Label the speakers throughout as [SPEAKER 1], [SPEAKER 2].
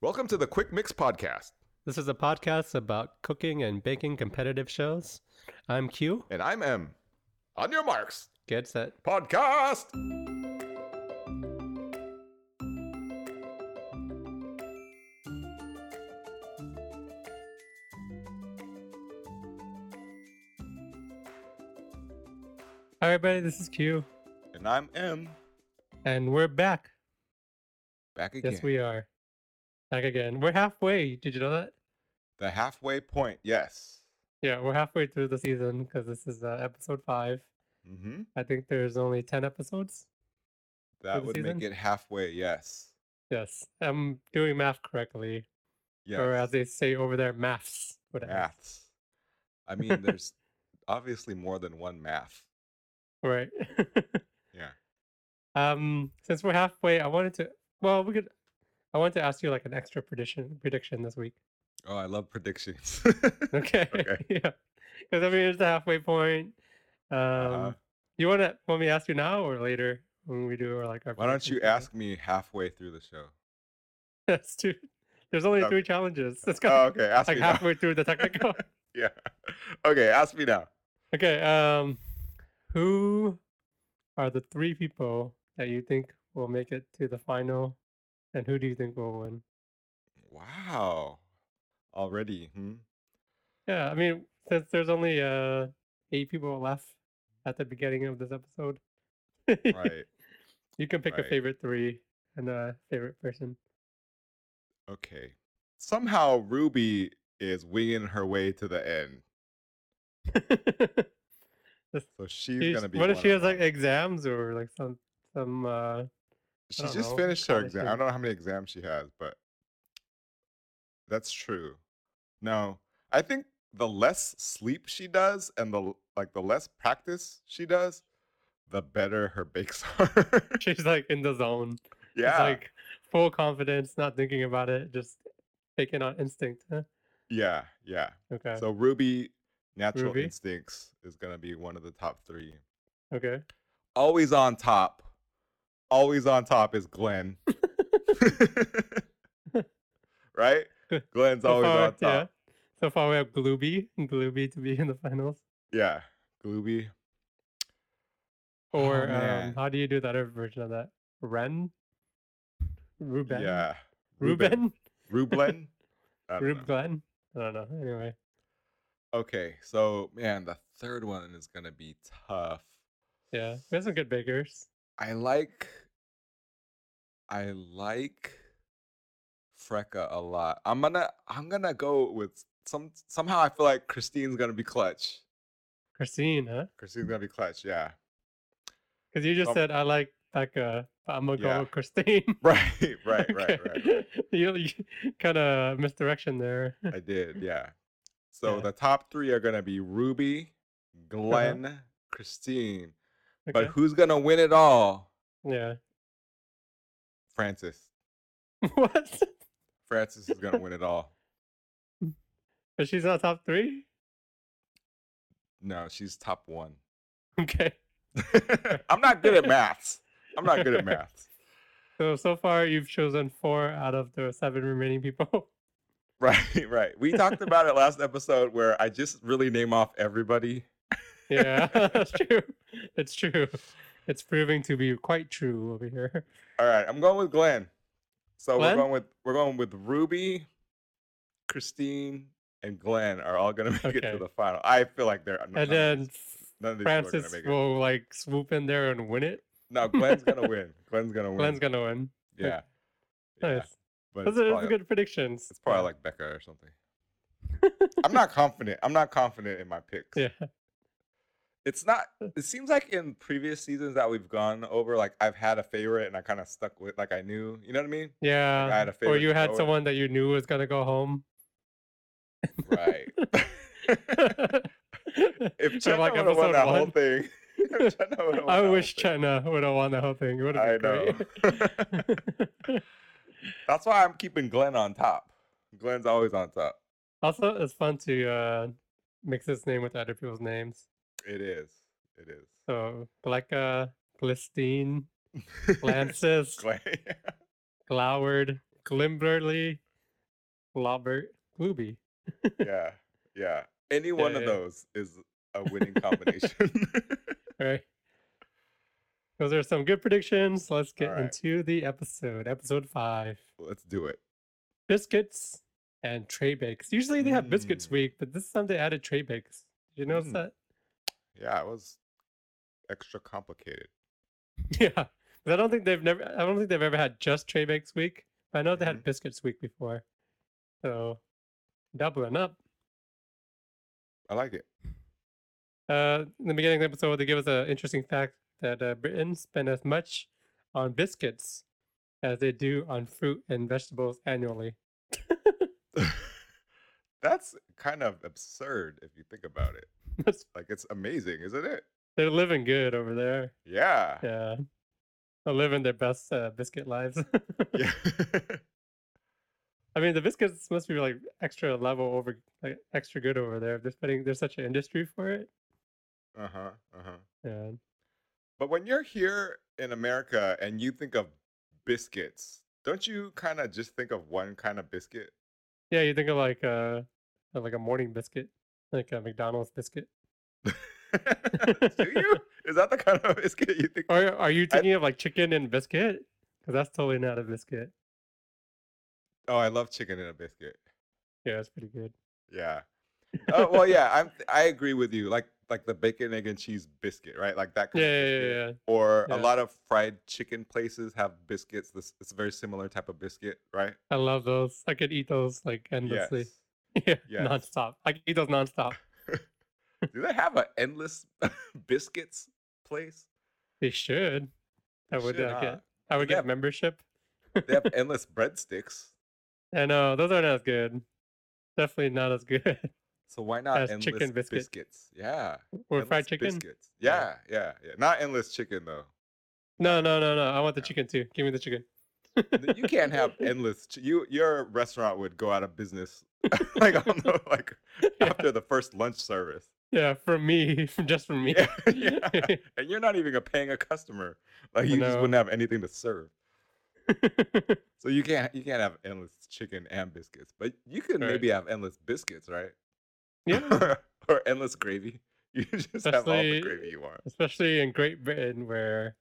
[SPEAKER 1] Welcome to the Quick Mix Podcast.
[SPEAKER 2] This is a podcast about cooking and baking competitive shows. I'm Q.
[SPEAKER 1] And I'm M. On your marks,
[SPEAKER 2] Get set.
[SPEAKER 1] podcast.
[SPEAKER 2] All right, buddy. This is Q,
[SPEAKER 1] And I'm M.
[SPEAKER 2] and we're back.
[SPEAKER 1] Back again.
[SPEAKER 2] Yes, we are back again. We're halfway. Did you know that?
[SPEAKER 1] the halfway point. Yes.
[SPEAKER 2] Yeah, we're halfway through the season because this is uh, episode five.
[SPEAKER 1] Mm-hmm.
[SPEAKER 2] I think there's only ten episodes.
[SPEAKER 1] That
[SPEAKER 2] the
[SPEAKER 1] would
[SPEAKER 2] season?
[SPEAKER 1] make it halfway. Yes.
[SPEAKER 2] Yes, I'm doing math correctly,
[SPEAKER 1] Yes.
[SPEAKER 2] or as they say over there, maths. Whatever.
[SPEAKER 1] Maths. I mean, there's obviously more than one math.
[SPEAKER 2] Right.
[SPEAKER 1] Yeah.
[SPEAKER 2] Um, since we're halfway, I wanted to. Well, we could. I wanted to ask you like an extra prediction prediction this week.
[SPEAKER 1] Oh, I love predictions.
[SPEAKER 2] Okay.
[SPEAKER 1] Okay.
[SPEAKER 2] yeah. Because I mean, it's the halfway point. Um,
[SPEAKER 1] Uh-huh.
[SPEAKER 2] you want to want me to ask you now or later when we do or like our.
[SPEAKER 1] Uh, Why don't you
[SPEAKER 2] predictions later?
[SPEAKER 1] ask me halfway through the show?
[SPEAKER 2] That's two. There's only
[SPEAKER 1] Okay.
[SPEAKER 2] three challenges. Let's
[SPEAKER 1] Oh,
[SPEAKER 2] go.
[SPEAKER 1] okay. Ask
[SPEAKER 2] like
[SPEAKER 1] me now.
[SPEAKER 2] halfway through the technical.
[SPEAKER 1] Yeah. Okay. Ask me now.
[SPEAKER 2] okay. Um, who are the three people that you think will make it to the final, and who do you think will win?
[SPEAKER 1] Wow. Already. Hmm.
[SPEAKER 2] Yeah, I mean, since there's only uh eight people left at the beginning of this episode,
[SPEAKER 1] Right.
[SPEAKER 2] you can pick
[SPEAKER 1] right.
[SPEAKER 2] a favorite three and a favorite person.
[SPEAKER 1] Okay. Somehow Ruby is winging her way to the end. So she's
[SPEAKER 2] She's-
[SPEAKER 1] gonna be.
[SPEAKER 2] what if
[SPEAKER 1] one
[SPEAKER 2] she
[SPEAKER 1] of
[SPEAKER 2] has like
[SPEAKER 1] them.
[SPEAKER 2] exams or like some some uh
[SPEAKER 1] She
[SPEAKER 2] don't
[SPEAKER 1] just
[SPEAKER 2] know,
[SPEAKER 1] finished her
[SPEAKER 2] college
[SPEAKER 1] exam. I
[SPEAKER 2] thing?
[SPEAKER 1] don't know how many exams she has, but that's true. No, I think the less sleep she does and the l- like, the less practice she does, the better her bakes are.
[SPEAKER 2] she's like in the zone. It's
[SPEAKER 1] yeah,
[SPEAKER 2] like full confidence, not thinking about it, just taking on instinct. Huh?
[SPEAKER 1] yeah, yeah.
[SPEAKER 2] Okay.
[SPEAKER 1] So Ruby, natural
[SPEAKER 2] Ruby?
[SPEAKER 1] instincts is gonna be one of the top three.
[SPEAKER 2] okay.
[SPEAKER 1] Always on top. Always on top is Glenn. right? Glenn's always on top.
[SPEAKER 2] yeah. So far we have Glooby and Glooby to be in the finals.
[SPEAKER 1] Yeah, Glooby. Oh,
[SPEAKER 2] Or um,
[SPEAKER 1] man.
[SPEAKER 2] how do you do that other version of that? Ren? Ruben?
[SPEAKER 1] Yeah,
[SPEAKER 2] Ruben?
[SPEAKER 1] Ruben. I don't know.
[SPEAKER 2] Rube Glenn? I don't know. Anyway.
[SPEAKER 1] Okay, so man, the third one is gonna be tough.
[SPEAKER 2] Yeah. We have some good bakers.
[SPEAKER 1] I like, I like Frecka a lot. I'm gonna, I'm gonna go with some. Somehow, I feel like Christine's gonna be clutch.
[SPEAKER 2] Christine, huh?
[SPEAKER 1] Christine's gonna be clutch. Yeah,
[SPEAKER 2] Because you just
[SPEAKER 1] Um,
[SPEAKER 2] said I like Becca, but I'm going to
[SPEAKER 1] yeah.
[SPEAKER 2] go with Christine.
[SPEAKER 1] right, right, right, right.
[SPEAKER 2] Okay. you kind of misdirection there.
[SPEAKER 1] I did, yeah. So
[SPEAKER 2] Yeah. Uh-huh.
[SPEAKER 1] the top three are gonna be Ruby, Glenn, Christine. But
[SPEAKER 2] Okay.
[SPEAKER 1] who's gonna win it all?
[SPEAKER 2] yeah.
[SPEAKER 1] Francis.
[SPEAKER 2] what?
[SPEAKER 1] Francis is gonna win it all.
[SPEAKER 2] But she's not top three?
[SPEAKER 1] No, she's top one.
[SPEAKER 2] Okay.
[SPEAKER 1] I'm not good at maths. I'm not good at maths.
[SPEAKER 2] So, so far you've chosen four out of the seven remaining people.
[SPEAKER 1] Right, right. We talked about it last episode where I just really name off everybody.
[SPEAKER 2] yeah, that's true. It's true. It's proving to be quite true over here.
[SPEAKER 1] All right, I'm going with Glenn. So
[SPEAKER 2] Glenn?
[SPEAKER 1] we're going with we're going with Ruby, Christine, and Glenn are all gonna make it
[SPEAKER 2] Okay.
[SPEAKER 1] to the final. I feel like they're none of
[SPEAKER 2] and
[SPEAKER 1] these- none of these people
[SPEAKER 2] then
[SPEAKER 1] are gonna
[SPEAKER 2] Francis
[SPEAKER 1] make it.
[SPEAKER 2] will like swoop in there and win it.
[SPEAKER 1] No, Glenn's gonna win. Glenn's gonna win.
[SPEAKER 2] Glenn's gonna win.
[SPEAKER 1] yeah. yeah.
[SPEAKER 2] Nice.
[SPEAKER 1] But
[SPEAKER 2] Those
[SPEAKER 1] it's
[SPEAKER 2] are those are
[SPEAKER 1] probably-
[SPEAKER 2] good predictions.
[SPEAKER 1] It's probably like Becca or something. I'm not confident. I'm not confident in my picks.
[SPEAKER 2] Yeah.
[SPEAKER 1] It's not it seems like in previous seasons that we've gone over, like I've had a favorite and I kind of stuck with like I knew. You know what I mean?
[SPEAKER 2] yeah.
[SPEAKER 1] I had a
[SPEAKER 2] or
[SPEAKER 1] favorite
[SPEAKER 2] you had
[SPEAKER 1] poet.
[SPEAKER 2] someone that you knew was gonna go home.
[SPEAKER 1] Right. if
[SPEAKER 2] So,
[SPEAKER 1] China would have won that whole
[SPEAKER 2] one,
[SPEAKER 1] thing. if China would've won
[SPEAKER 2] I
[SPEAKER 1] that whole
[SPEAKER 2] wish
[SPEAKER 1] thing,
[SPEAKER 2] China would have won the whole thing. It would
[SPEAKER 1] I
[SPEAKER 2] have been
[SPEAKER 1] know.
[SPEAKER 2] great.
[SPEAKER 1] That's why I'm keeping Glenn on top. Glenn's always on top.
[SPEAKER 2] also, it's fun to uh, mix his name with other people's names.
[SPEAKER 1] It is. It is.
[SPEAKER 2] So Glecka, Glistine, Glances,
[SPEAKER 1] Glenn.
[SPEAKER 2] Gloward, Glimberly, Laubert Klubi.
[SPEAKER 1] yeah, yeah. Any one of
[SPEAKER 2] yeah.
[SPEAKER 1] those is a winning combination.
[SPEAKER 2] All right. Those are some good predictions. Let's get
[SPEAKER 1] Alright.
[SPEAKER 2] into the episode, episode five
[SPEAKER 1] Let's do it.
[SPEAKER 2] biscuits and tray bakes. Usually they have biscuits
[SPEAKER 1] Mm.
[SPEAKER 2] week, but this time they added tray bakes. Did you notice
[SPEAKER 1] Mm.
[SPEAKER 2] that?
[SPEAKER 1] Yeah, it was extra complicated.
[SPEAKER 2] Yeah. But I don't think they've never I don't think they've ever had just tray bakes week. But I know they
[SPEAKER 1] Mm-hmm.
[SPEAKER 2] had biscuits week before. So doubling up.
[SPEAKER 1] I like it.
[SPEAKER 2] Uh, in the beginning of the episode, they give us an interesting fact that uh, Britons spend as much on biscuits as they do on fruit and vegetables annually.
[SPEAKER 1] That's kind of absurd if you think about it.
[SPEAKER 2] That's-
[SPEAKER 1] Like it's amazing, isn't it?
[SPEAKER 2] They're living good over there.
[SPEAKER 1] Yeah.
[SPEAKER 2] Yeah. They're living their best uh, biscuit lives.
[SPEAKER 1] Yeah.
[SPEAKER 2] I mean, the biscuits must be like extra level over, like extra good over there. They're spending, there's such an industry for it.
[SPEAKER 1] uh huh. Uh huh.
[SPEAKER 2] Yeah.
[SPEAKER 1] But when you're here in America and you think of biscuits, don't you kind of just think of one kind of biscuit?
[SPEAKER 2] Yeah, you think of like a of like a morning biscuit, like a McDonald's biscuit.
[SPEAKER 1] Do you? Is that the kind of biscuit you think?
[SPEAKER 2] Are are you thinking of like chicken and biscuit? Because that's totally not a biscuit.
[SPEAKER 1] Oh, I love chicken in a biscuit.
[SPEAKER 2] Yeah, that's pretty good.
[SPEAKER 1] Yeah. Oh well, yeah. I'm. I agree with you. Like like the bacon, egg, and cheese biscuit, right? Like that. Kind
[SPEAKER 2] Yeah,
[SPEAKER 1] of
[SPEAKER 2] yeah,
[SPEAKER 1] biscuit.
[SPEAKER 2] yeah, yeah.
[SPEAKER 1] Or a
[SPEAKER 2] Yeah.
[SPEAKER 1] lot of fried chicken places have biscuits. This it's a very similar type of biscuit, right?
[SPEAKER 2] I love those. I could eat those like endlessly.
[SPEAKER 1] Yes.
[SPEAKER 2] Yeah,
[SPEAKER 1] Yes.
[SPEAKER 2] nonstop. I could eat those nonstop.
[SPEAKER 1] Do they have an endless biscuits place?
[SPEAKER 2] They should. I
[SPEAKER 1] They
[SPEAKER 2] would
[SPEAKER 1] should,
[SPEAKER 2] uh,
[SPEAKER 1] huh?
[SPEAKER 2] get. I would
[SPEAKER 1] They
[SPEAKER 2] get
[SPEAKER 1] have-
[SPEAKER 2] membership.
[SPEAKER 1] They have endless breadsticks.
[SPEAKER 2] I know uh, those aren't as good. Definitely not as good.
[SPEAKER 1] So why not
[SPEAKER 2] As
[SPEAKER 1] endless
[SPEAKER 2] chicken biscuit.
[SPEAKER 1] biscuits? Yeah.
[SPEAKER 2] or
[SPEAKER 1] endless
[SPEAKER 2] fried chicken.
[SPEAKER 1] Biscuits. Yeah,
[SPEAKER 2] Yeah.
[SPEAKER 1] yeah, yeah. Not endless chicken though.
[SPEAKER 2] No, no, no, no. I want the chicken too. Give me the chicken.
[SPEAKER 1] Th- You can't have endless. Ch- you your restaurant would go out of business, like on the, like
[SPEAKER 2] yeah,
[SPEAKER 1] after the first lunch service,
[SPEAKER 2] yeah, from me, just from me.
[SPEAKER 1] Yeah, yeah. and you're not even a paying a customer. Like you just
[SPEAKER 2] know.
[SPEAKER 1] wouldn't have anything to serve. So you can't you can't have endless chicken and biscuits, but you can
[SPEAKER 2] Right.
[SPEAKER 1] maybe have endless biscuits, right?
[SPEAKER 2] yeah.
[SPEAKER 1] or endless gravy. You just have all the
[SPEAKER 2] Especially-
[SPEAKER 1] gravy you want.
[SPEAKER 2] Especially in Great Britain, where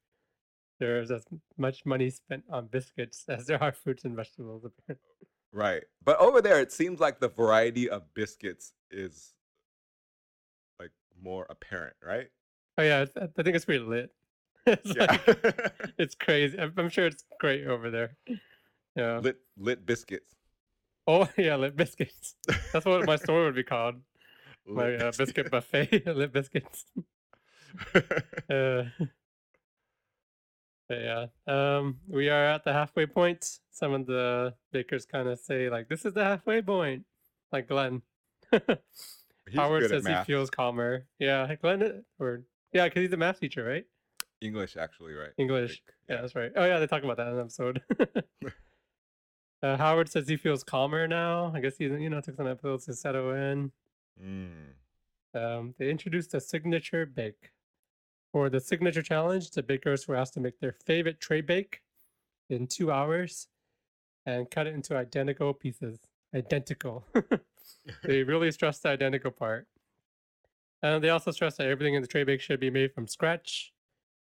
[SPEAKER 2] there's as much money spent on biscuits as there are fruits and vegetables. apparently.
[SPEAKER 1] Right. But over there, it seems like the variety of biscuits is like more apparent, right?
[SPEAKER 2] Oh, yeah. it's- I think it's pretty lit. It's,
[SPEAKER 1] Yeah.
[SPEAKER 2] like- it's crazy. I'm, I'm sure it's great over there. Yeah.
[SPEAKER 1] lit lit biscuits.
[SPEAKER 2] Oh, yeah. Lit biscuits. That's what my store would be called. My
[SPEAKER 1] Lit
[SPEAKER 2] uh, biscuit buffet. lit biscuits.
[SPEAKER 1] biscuit.
[SPEAKER 2] Uh, but yeah, um, we are at the halfway point. Some of the bakers kind of say like, "This is the halfway point," like Glenn.
[SPEAKER 1] He's good
[SPEAKER 2] Howard
[SPEAKER 1] at
[SPEAKER 2] says he
[SPEAKER 1] math.
[SPEAKER 2] feels calmer. Yeah, Glenn i- or yeah, because he's a math teacher, right?
[SPEAKER 1] English actually, right?
[SPEAKER 2] English. Yeah, that's right. Oh yeah, they talk about that in the episode. uh, Howard says he feels calmer now. I guess he you know took some episodes to settle in.
[SPEAKER 1] Mm.
[SPEAKER 2] um, they introduced a signature bake. For the signature challenge, the bakers were asked to make their favorite tray bake in two hours and cut it into identical pieces. Identical. they really stressed the identical part. And they also stressed that everything in the tray bake should be made from scratch.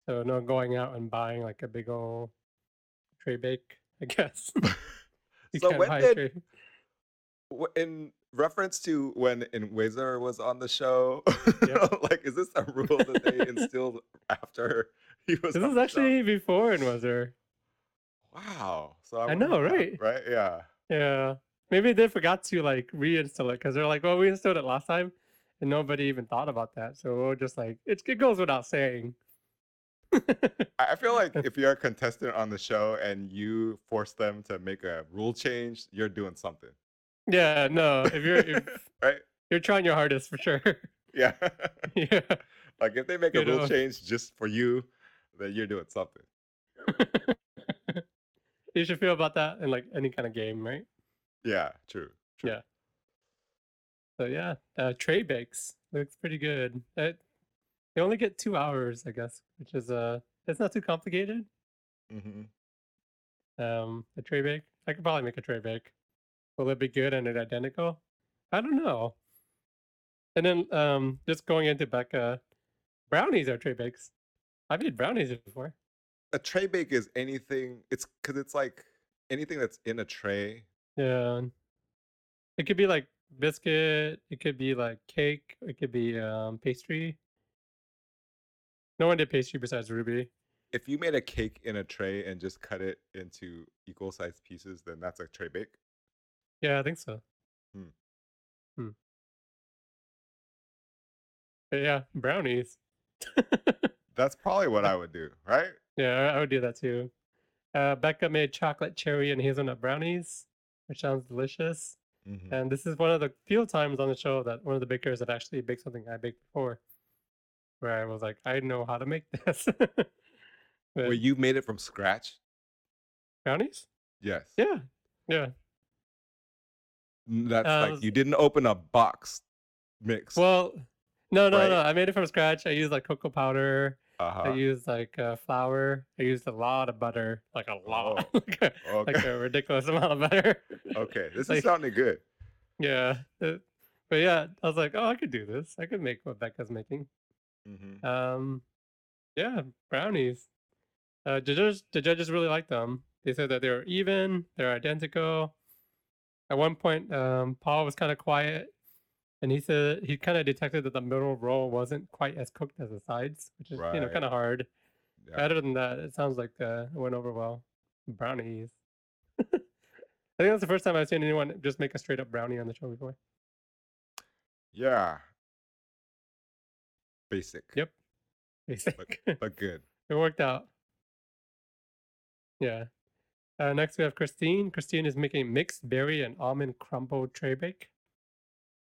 [SPEAKER 2] So no going out and buying like a big old tray bake, I guess.
[SPEAKER 1] Mm.
[SPEAKER 2] You
[SPEAKER 1] So
[SPEAKER 2] can't
[SPEAKER 1] when
[SPEAKER 2] buy a
[SPEAKER 1] did-
[SPEAKER 2] tray-
[SPEAKER 1] W- In reference to when Inwazer was on the show,
[SPEAKER 2] Yep.
[SPEAKER 1] like is this a rule that they instilled after he was?
[SPEAKER 2] This
[SPEAKER 1] on
[SPEAKER 2] is
[SPEAKER 1] the show?
[SPEAKER 2] actually before in Wizard.
[SPEAKER 1] wow. So
[SPEAKER 2] I
[SPEAKER 1] wonder
[SPEAKER 2] know,
[SPEAKER 1] if that-
[SPEAKER 2] right?
[SPEAKER 1] Right? Yeah.
[SPEAKER 2] Yeah. Maybe they forgot to like reinstall it because they're like, well, we installed it last time and nobody even thought about that. So we're just like, it, it goes without saying.
[SPEAKER 1] I I feel like if you're a contestant on the show and you force them to make a rule change, you're doing something,
[SPEAKER 2] yeah, no, if you're if
[SPEAKER 1] right?
[SPEAKER 2] you're trying your hardest for sure.
[SPEAKER 1] Yeah.
[SPEAKER 2] yeah.
[SPEAKER 1] like if they make a
[SPEAKER 2] You
[SPEAKER 1] rule
[SPEAKER 2] know.
[SPEAKER 1] change just for you, then you're doing something.
[SPEAKER 2] You should feel about that in like any kind of game, right?
[SPEAKER 1] Yeah, true. true.
[SPEAKER 2] Yeah. So yeah, uh, tray bakes looks pretty good. It, they only get two hours, I guess, which is uh, it's not too complicated.
[SPEAKER 1] Mhm.
[SPEAKER 2] Um, a tray bake, I could probably make a tray bake. Will it be good and it identical? I don't know. And then um just going into Becca, brownies are tray bakes. I've made brownies before.
[SPEAKER 1] A tray bake is anything. It's because it's like anything that's in a tray.
[SPEAKER 2] Yeah. It could be like biscuit, it could be like cake, it could be um pastry. No one did pastry besides Ruby.
[SPEAKER 1] If you made a cake in a tray and just cut it into equal sized pieces, then that's a tray bake.
[SPEAKER 2] Yeah, I think so.
[SPEAKER 1] Hmm.
[SPEAKER 2] Hmm. But yeah, brownies.
[SPEAKER 1] That's probably what I would do, right?
[SPEAKER 2] yeah, I would do that too. Uh, Becca made chocolate cherry and hazelnut brownies, which sounds delicious.
[SPEAKER 1] Mhm.
[SPEAKER 2] And this is one of the few times on the show that one of the bakers have actually baked something I baked before, where I was like, I know how to make this. But
[SPEAKER 1] Wait, you made it from scratch?
[SPEAKER 2] brownies?
[SPEAKER 1] Yes.
[SPEAKER 2] Yeah, yeah.
[SPEAKER 1] N- That's
[SPEAKER 2] Uh,
[SPEAKER 1] like you didn't open a box mix.
[SPEAKER 2] Well, no, no,
[SPEAKER 1] Right.
[SPEAKER 2] no. I made it from scratch. I used like cocoa powder.
[SPEAKER 1] uh-huh.
[SPEAKER 2] I used like uh, flour. I used a lot of butter, like a lot, like, a,
[SPEAKER 1] Oh. okay. Oh,
[SPEAKER 2] like a ridiculous amount of butter.
[SPEAKER 1] okay. This
[SPEAKER 2] like-
[SPEAKER 1] is sounding good.
[SPEAKER 2] yeah, uh, but yeah, I was like, oh, I could do this. I could make what Becca's making.
[SPEAKER 1] Mhm.
[SPEAKER 2] Um, yeah, brownies. Uh, the judges, the judges really liked them. They said that they were even, they're identical. At one point, um, Paul was kind of quiet, and he said he kind of detected that the middle roll wasn't quite as cooked as the sides, which is you know
[SPEAKER 1] Right.
[SPEAKER 2] kind of hard.
[SPEAKER 1] Yeah.
[SPEAKER 2] Other than that, it sounds like uh, it went over well. Brownies. I think that's the first time I've seen anyone just make a straight up brownie on the show before.
[SPEAKER 1] Yeah. Basic.
[SPEAKER 2] Yep. Basic.
[SPEAKER 1] But good.
[SPEAKER 2] It worked out. Yeah. Uh, next, we have Christine. Christine is making mixed berry and almond crumble tray bake,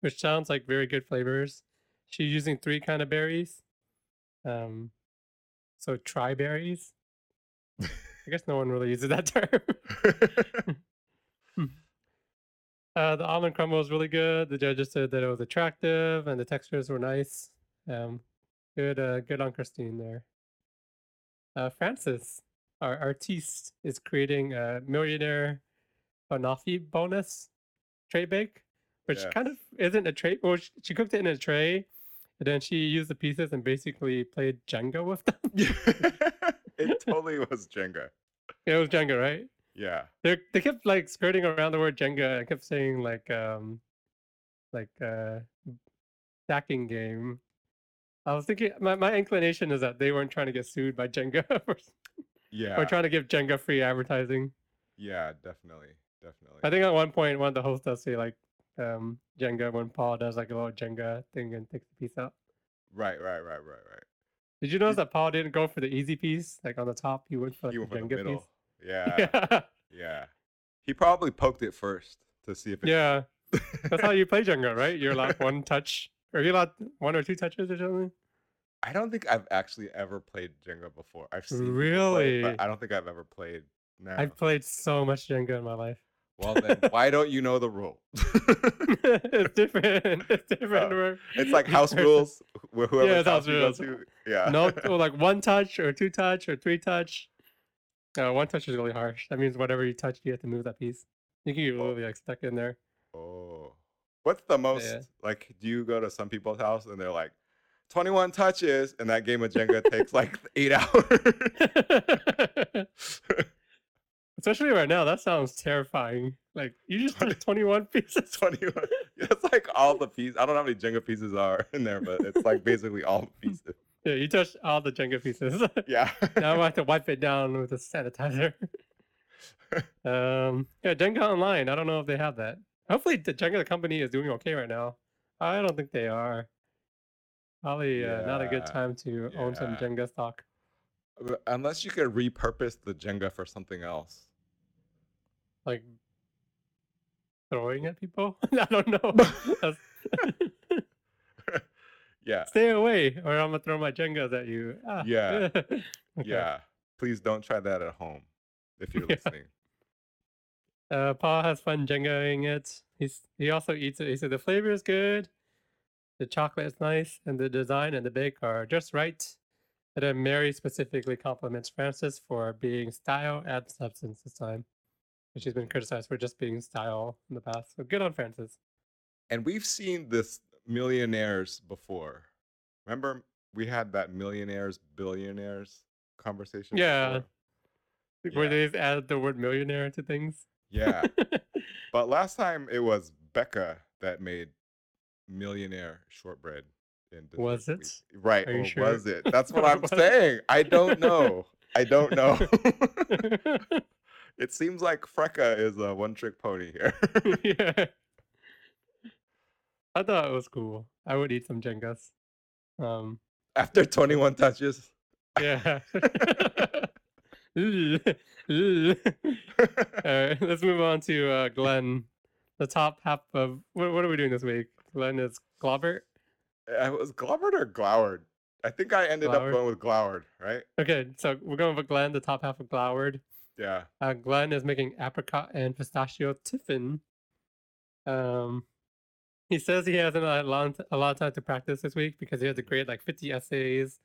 [SPEAKER 2] which sounds like very good flavors. She's using three kind of berries. Um, so try berries. I guess no one really uses that term. uh, the almond crumble was really good. The judges said that it was attractive and the textures were nice. Um, good, uh, good on Christine there uh, Francis, our artiste, is creating a millionaire Hanafi bonus tray bake, which
[SPEAKER 1] Yeah.
[SPEAKER 2] kind of isn't a tray. Well, she, she cooked it in a tray, and then she used the pieces and basically played Jenga with them.
[SPEAKER 1] it totally was Jenga.
[SPEAKER 2] it was Jenga, right?
[SPEAKER 1] Yeah.
[SPEAKER 2] They they kept like skirting around the word Jenga. I kept saying like um, like uh, stacking game. I was thinking my, my inclination is that they weren't trying to get sued by Jenga or,
[SPEAKER 1] Yeah.
[SPEAKER 2] or trying to give Jenga free advertising.
[SPEAKER 1] yeah, definitely. Definitely.
[SPEAKER 2] I think at one point one of the hosts does say like um Jenga when Paul does like a little Jenga thing and takes the piece out.
[SPEAKER 1] right, right, right, right, right.
[SPEAKER 2] Did you notice that Paul didn't go for the easy piece? Like on the top, he went for like,
[SPEAKER 1] You
[SPEAKER 2] the
[SPEAKER 1] went for the
[SPEAKER 2] Jenga piece.
[SPEAKER 1] middle. Yeah, yeah.
[SPEAKER 2] Yeah.
[SPEAKER 1] He probably poked it first to see if it
[SPEAKER 2] yeah. That's how you play Jenga, right? You're allowed one touch. Or you're allowed one or two touches or something?
[SPEAKER 1] I don't think I've actually ever played Jenga before. I've seen people play it,
[SPEAKER 2] Really?
[SPEAKER 1] but I don't think I've ever played now.
[SPEAKER 2] I've played so much Jenga in my life.
[SPEAKER 1] Well then, why don't you know the rule?
[SPEAKER 2] it's different. It's different.
[SPEAKER 1] Oh,
[SPEAKER 2] where
[SPEAKER 1] It's like
[SPEAKER 2] each
[SPEAKER 1] house
[SPEAKER 2] person-
[SPEAKER 1] rules. Where whoever
[SPEAKER 2] it's
[SPEAKER 1] house
[SPEAKER 2] house
[SPEAKER 1] you go
[SPEAKER 2] rules.
[SPEAKER 1] to, yeah.
[SPEAKER 2] no, or like one touch or two touch or three touch. Uh, one touch is really harsh. That means whatever you touch, you have to move that piece. You can get
[SPEAKER 1] Oh.
[SPEAKER 2] really like stuck in there.
[SPEAKER 1] Oh. What's the most like do you go to some people's house and they're like 21 touches and that game of Jenga takes like 8 hours.
[SPEAKER 2] Especially right now, that sounds terrifying. Like you just touched 21 pieces.
[SPEAKER 1] 21. That's like all the pieces. I don't know how many Jenga pieces are in there, but it's like basically all the pieces.
[SPEAKER 2] Yeah, you touched all the Jenga pieces.
[SPEAKER 1] Yeah.
[SPEAKER 2] now I have to wipe it down with a sanitizer. um, yeah, Jenga Online. I don't know if they have that. Hopefully, the Jenga company is doing okay right now. I don't think they are. Probably uh, not a good
[SPEAKER 1] Yeah,
[SPEAKER 2] time to own some
[SPEAKER 1] yeah.
[SPEAKER 2] Jenga stock.
[SPEAKER 1] But Unless you could repurpose the Jenga for something else.
[SPEAKER 2] Like throwing at people. I don't know. That's-
[SPEAKER 1] Yeah.
[SPEAKER 2] Stay away, or I'm gonna throw my Jengas at you. Ah.
[SPEAKER 1] Yeah,
[SPEAKER 2] Okay.
[SPEAKER 1] Yeah. Please don't try that at home if you're
[SPEAKER 2] Yeah.
[SPEAKER 1] listening.
[SPEAKER 2] Uh, Paul has fun Jengaing it. He's he also eats it. He said the flavor is good, the chocolate is nice, and the design and the bake are just right. And then Mary specifically compliments Francis for being style and substance this time, And she's been criticized for just being style in the past. So good on Francis.
[SPEAKER 1] And we've seen this millionaires before. Remember we had that millionaires billionaires conversation?
[SPEAKER 2] Yeah.
[SPEAKER 1] before?
[SPEAKER 2] Where
[SPEAKER 1] Yeah.
[SPEAKER 2] they just add the word millionaire to things.
[SPEAKER 1] Yeah. but last time it was Becca that made millionaire shortbread in Disney
[SPEAKER 2] Was it?
[SPEAKER 1] Week. Right.
[SPEAKER 2] Are you
[SPEAKER 1] or
[SPEAKER 2] sure?
[SPEAKER 1] was it? That's what I'm
[SPEAKER 2] Was it?
[SPEAKER 1] saying. I don't know. I don't know. it seems like Frecka is a one trick pony here.
[SPEAKER 2] yeah. I thought it was cool. I would eat some Jengas. Um,
[SPEAKER 1] After 21 touches.
[SPEAKER 2] yeah. Ooh, ooh. All right, let's move on to uh, Glenn. The top half of what, what are we doing this week? Glenn is Globert.
[SPEAKER 1] I was Globbert or Gloward? I think I ended
[SPEAKER 2] Gloward.
[SPEAKER 1] up going with Gloward, right?
[SPEAKER 2] Okay, so we're going for Glenn, the top half of Gloward.
[SPEAKER 1] Yeah.
[SPEAKER 2] Uh, Glenn is making apricot and pistachio tiffin. Um, he says he hasn't had a lot, a lot of time to practice this week because he had to grade like 50 essays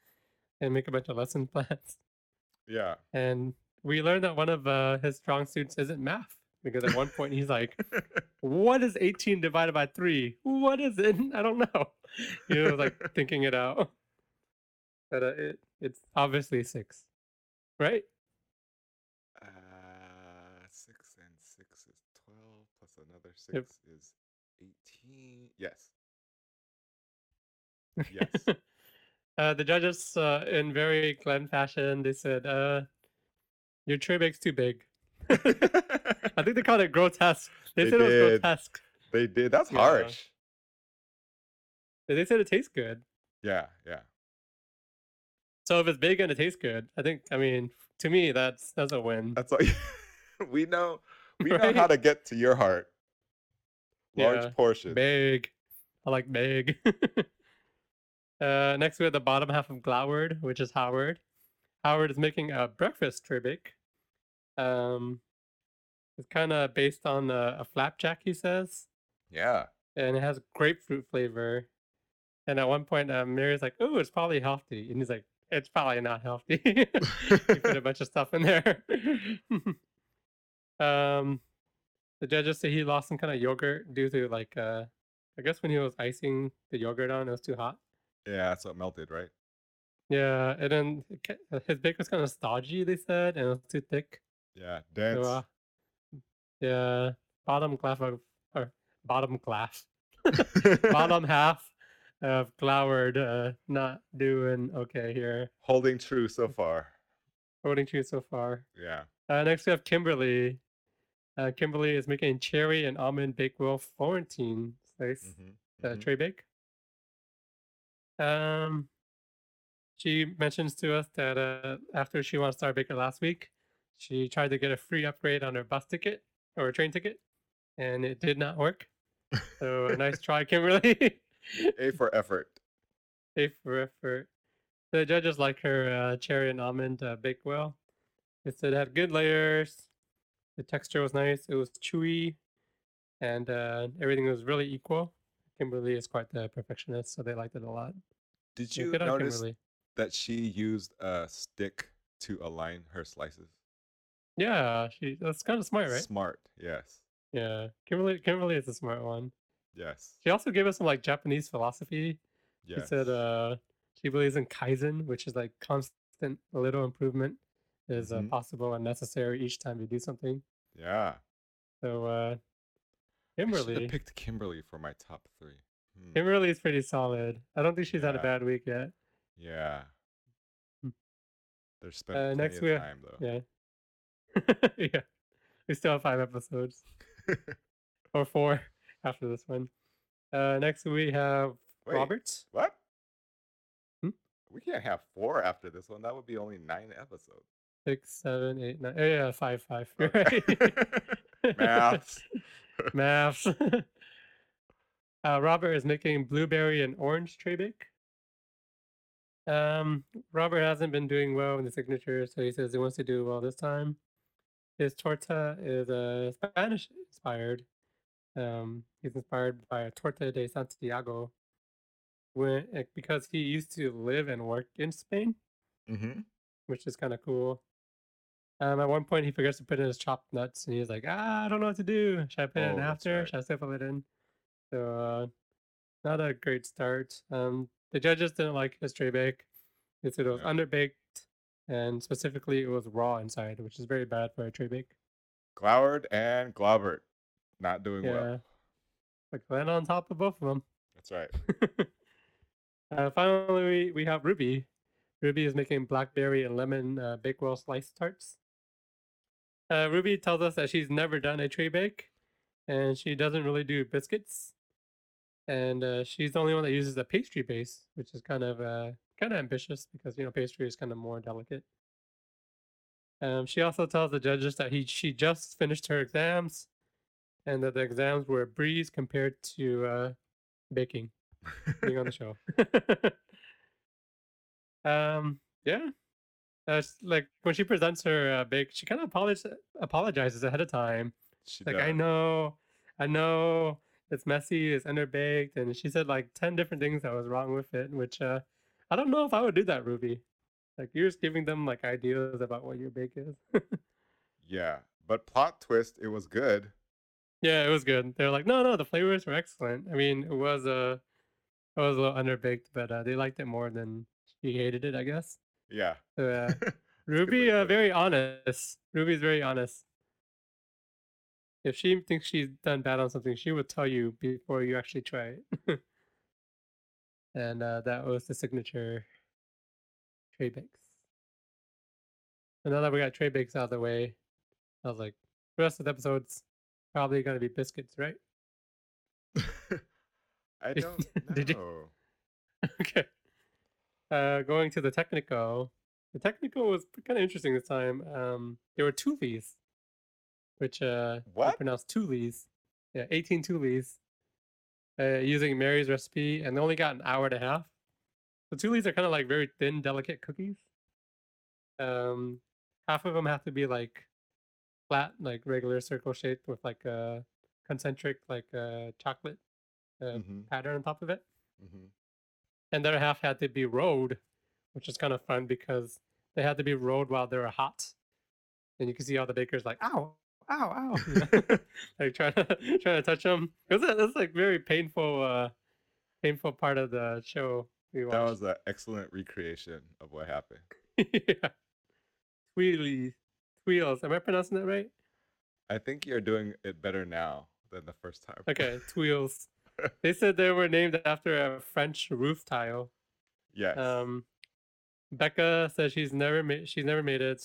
[SPEAKER 2] and make a bunch of lesson plans.
[SPEAKER 1] Yeah.
[SPEAKER 2] And we learned that one of uh, his strong suits isn't math because at one point he's like, "What is 18 divided by three? What is it? I don't know." He was like thinking it out. But uh, it, it's obviously six, right?
[SPEAKER 1] Uh, six and six is twelve. Plus another six
[SPEAKER 2] Yep.
[SPEAKER 1] is eighteen. Yes. Yes.
[SPEAKER 2] Uh, the judges, uh, in very Glenn fashion, they said, uh, "Your tray bake's too big." I think they called it grotesque. They,
[SPEAKER 1] They
[SPEAKER 2] said it was
[SPEAKER 1] did.
[SPEAKER 2] grotesque.
[SPEAKER 1] they did. That's
[SPEAKER 2] Yeah.
[SPEAKER 1] harsh.
[SPEAKER 2] They said it tastes good.
[SPEAKER 1] Yeah. Yeah.
[SPEAKER 2] So if it's big and it tastes good, I think. I mean, to me, that's that's a win.
[SPEAKER 1] That's all. we know. We know how
[SPEAKER 2] Right?
[SPEAKER 1] to get to your heart. Large
[SPEAKER 2] Yeah.
[SPEAKER 1] portion.
[SPEAKER 2] Big. I like big. uh, next, we have the bottom half of Gloward, which is Howard. Howard is making a breakfast tribic. Um, it's kind of based on a, a flapjack, he says,
[SPEAKER 1] Yeah.
[SPEAKER 2] and it has grapefruit flavor. And at one point, uh, Mary's like, "Oh, it's probably healthy," and he's like, "It's probably not healthy." you put a bunch of stuff in there. um, the judges say he lost some kind of yogurt due to like, uh, I guess when he was icing the yogurt on, it was too hot.
[SPEAKER 1] yeah. That's what melted, right?
[SPEAKER 2] Yeah, and then it ca- uh, his bake was kind of stodgy, they said, and it was too thick.
[SPEAKER 1] Yeah.
[SPEAKER 2] So,
[SPEAKER 1] Dance.
[SPEAKER 2] uh, yeah, bottom glass of, or bottom glass, bottom half of Gloward uh, not doing okay here.
[SPEAKER 1] Holding true so far.
[SPEAKER 2] Voting to you so far.
[SPEAKER 1] Yeah.
[SPEAKER 2] Uh, next we have Kimberly. Uh, Kimberly is making cherry and almond bakewell Florentine slice,
[SPEAKER 1] mhm,
[SPEAKER 2] uh,
[SPEAKER 1] mhm.
[SPEAKER 2] tray bake. Um, she mentions to us that uh, after she won Star Baker last week, she tried to get a free upgrade on her bus ticket or a train ticket, and it did not work. So a nice try, Kimberly.
[SPEAKER 1] mm-hmm. A for effort.
[SPEAKER 2] Safe for effort. The judges like her uh, cherry and almond uh, bake well. It said it had good layers. The texture was nice. It was chewy, and uh, everything was really equal. Kimberly is quite the perfectionist, so they liked it a lot.
[SPEAKER 1] Did
[SPEAKER 2] Yeah,
[SPEAKER 1] you
[SPEAKER 2] good on
[SPEAKER 1] notice
[SPEAKER 2] Kimberly.
[SPEAKER 1] that she used a stick to align her slices.
[SPEAKER 2] Yeah, she that's kind of smart, right?
[SPEAKER 1] Smart. Yes.
[SPEAKER 2] Yeah, Kimberly. Kimberly is a smart one.
[SPEAKER 1] Yes.
[SPEAKER 2] She also gave us some like Japanese philosophy.
[SPEAKER 1] Yes.
[SPEAKER 2] She said uh, she believes in kaizen, which is like constant little improvement is uh,
[SPEAKER 1] Mhm.
[SPEAKER 2] possible and necessary each time you do something.
[SPEAKER 1] yeah.
[SPEAKER 2] So uh
[SPEAKER 1] I should
[SPEAKER 2] Kimberly.
[SPEAKER 1] have picked Kimberly for my top three. Hmm,
[SPEAKER 2] Kimberly is pretty solid. I don't think she's had a
[SPEAKER 1] Yeah.
[SPEAKER 2] bad week yet.
[SPEAKER 1] Yeah.
[SPEAKER 2] Hmm.
[SPEAKER 1] There's spent
[SPEAKER 2] Uh,
[SPEAKER 1] plenty
[SPEAKER 2] next
[SPEAKER 1] of
[SPEAKER 2] we have-
[SPEAKER 1] time though.
[SPEAKER 2] Yeah. yeah. We still have five episodes. or four after this one. Uh next we have
[SPEAKER 1] Wait,
[SPEAKER 2] Roberts.
[SPEAKER 1] What?
[SPEAKER 2] Hmm?
[SPEAKER 1] We can't have four after this one. That would be only nine episodes.
[SPEAKER 2] Six, seven, eight, nine. Oh, yeah, five, five. You're
[SPEAKER 1] Okay.
[SPEAKER 2] right.
[SPEAKER 1] Maths.
[SPEAKER 2] Maths. uh, Robert is making blueberry and orange tray bake. Um, Robert hasn't been doing well in the signature, so he says he wants to do well this time. His torta is uh, Spanish inspired. Um, he's inspired by a torta de Santiago, when, uh, because he used to live and work in Spain
[SPEAKER 1] hmm
[SPEAKER 2] which is kind of cool. Um, at one point, he forgets to put in his chopped nuts, and he's like, "Ah, I don't know what to do. Should I put it
[SPEAKER 1] Oh,
[SPEAKER 2] in
[SPEAKER 1] that's
[SPEAKER 2] after?
[SPEAKER 1] right.
[SPEAKER 2] Should I sprinkle it in?" So, uh, not a great start. Um, the judges didn't like his tray bake. They said it was
[SPEAKER 1] Yeah.
[SPEAKER 2] underbaked, and specifically, it was raw inside, which is very bad for a tray bake.
[SPEAKER 1] Gloward and Globert not doing well.
[SPEAKER 2] Yeah, like land on top of both of them.
[SPEAKER 1] That's right.
[SPEAKER 2] uh, finally, we, we have Ruby. Ruby is making blackberry and lemon uh, Bakewell slice tarts. Uh, Ruby tells us that she's never done a tree bake and she doesn't really do biscuits. And uh, she's the only one that uses a pastry base, which is kind of uh, kind of ambitious because you know pastry is kind of more delicate. Um, she also tells the judges that he she just finished her exams, and that the exams were a breeze compared to uh, baking being on the show. um, yeah, that's like when she presents her uh, bake, she kind of apolog- apologizes ahead of time.
[SPEAKER 1] She
[SPEAKER 2] She's like, I
[SPEAKER 1] does.
[SPEAKER 2] know, I know, it's messy, it's underbaked, and she said like ten different things that was wrong with it, which uh, I don't know if I would do that, Ruby. Like you're just giving them like ideas about what your bake is.
[SPEAKER 1] Yeah. But plot twist, it was good.
[SPEAKER 2] Yeah, it was good. They were like, no, no, the flavors were excellent. I mean, it was uh, it was a little underbaked, but uh, they liked it more than she hated it, I guess.
[SPEAKER 1] Yeah.
[SPEAKER 2] So, uh,
[SPEAKER 1] That's a good way
[SPEAKER 2] Ruby,
[SPEAKER 1] to
[SPEAKER 2] uh,
[SPEAKER 1] put it.
[SPEAKER 2] very honest. Ruby's very honest. If she thinks she's done bad on something, she will tell you before you actually try it. and uh, that was the signature tray bakes. And now that we got tray bakes out of the way, I was like, the rest of the episode's probably going to be biscuits, right?
[SPEAKER 1] I
[SPEAKER 2] Did-
[SPEAKER 1] don't
[SPEAKER 2] did you-
[SPEAKER 1] know.
[SPEAKER 2] okay. Uh, going to the technical. The technical was kind of interesting this time. Um, there were Thule's, which uh, I
[SPEAKER 1] What?
[SPEAKER 2] pronounced Thule's. Yeah, 18 Thule's. Uh, using Mary's recipe, and they only got an hour and a half. The Thule's are kind of like very thin, delicate cookies. Um, half of them have to be like flat, like regular circle shaped with like a concentric, like uh, chocolate uh,
[SPEAKER 1] Mhm,
[SPEAKER 2] pattern on top of it
[SPEAKER 1] mhm.
[SPEAKER 2] and the other half had to be rolled, which is kind of fun because they had to be rolled while they were hot, and you can see all the bakers like ow, ow, ow, you know? like trying to trying to touch them. It was a, that's like very painful, uh, painful part of the show we watched.
[SPEAKER 1] That was an excellent recreation of what happened.
[SPEAKER 2] yeah. Tweely, Tweels. Am I pronouncing that right?
[SPEAKER 1] I think you're doing it better now than the first time.
[SPEAKER 2] Okay, Tweels. They said they were named after a French roof tile.
[SPEAKER 1] yes.
[SPEAKER 2] Um, Becca says she's never made she's never made it.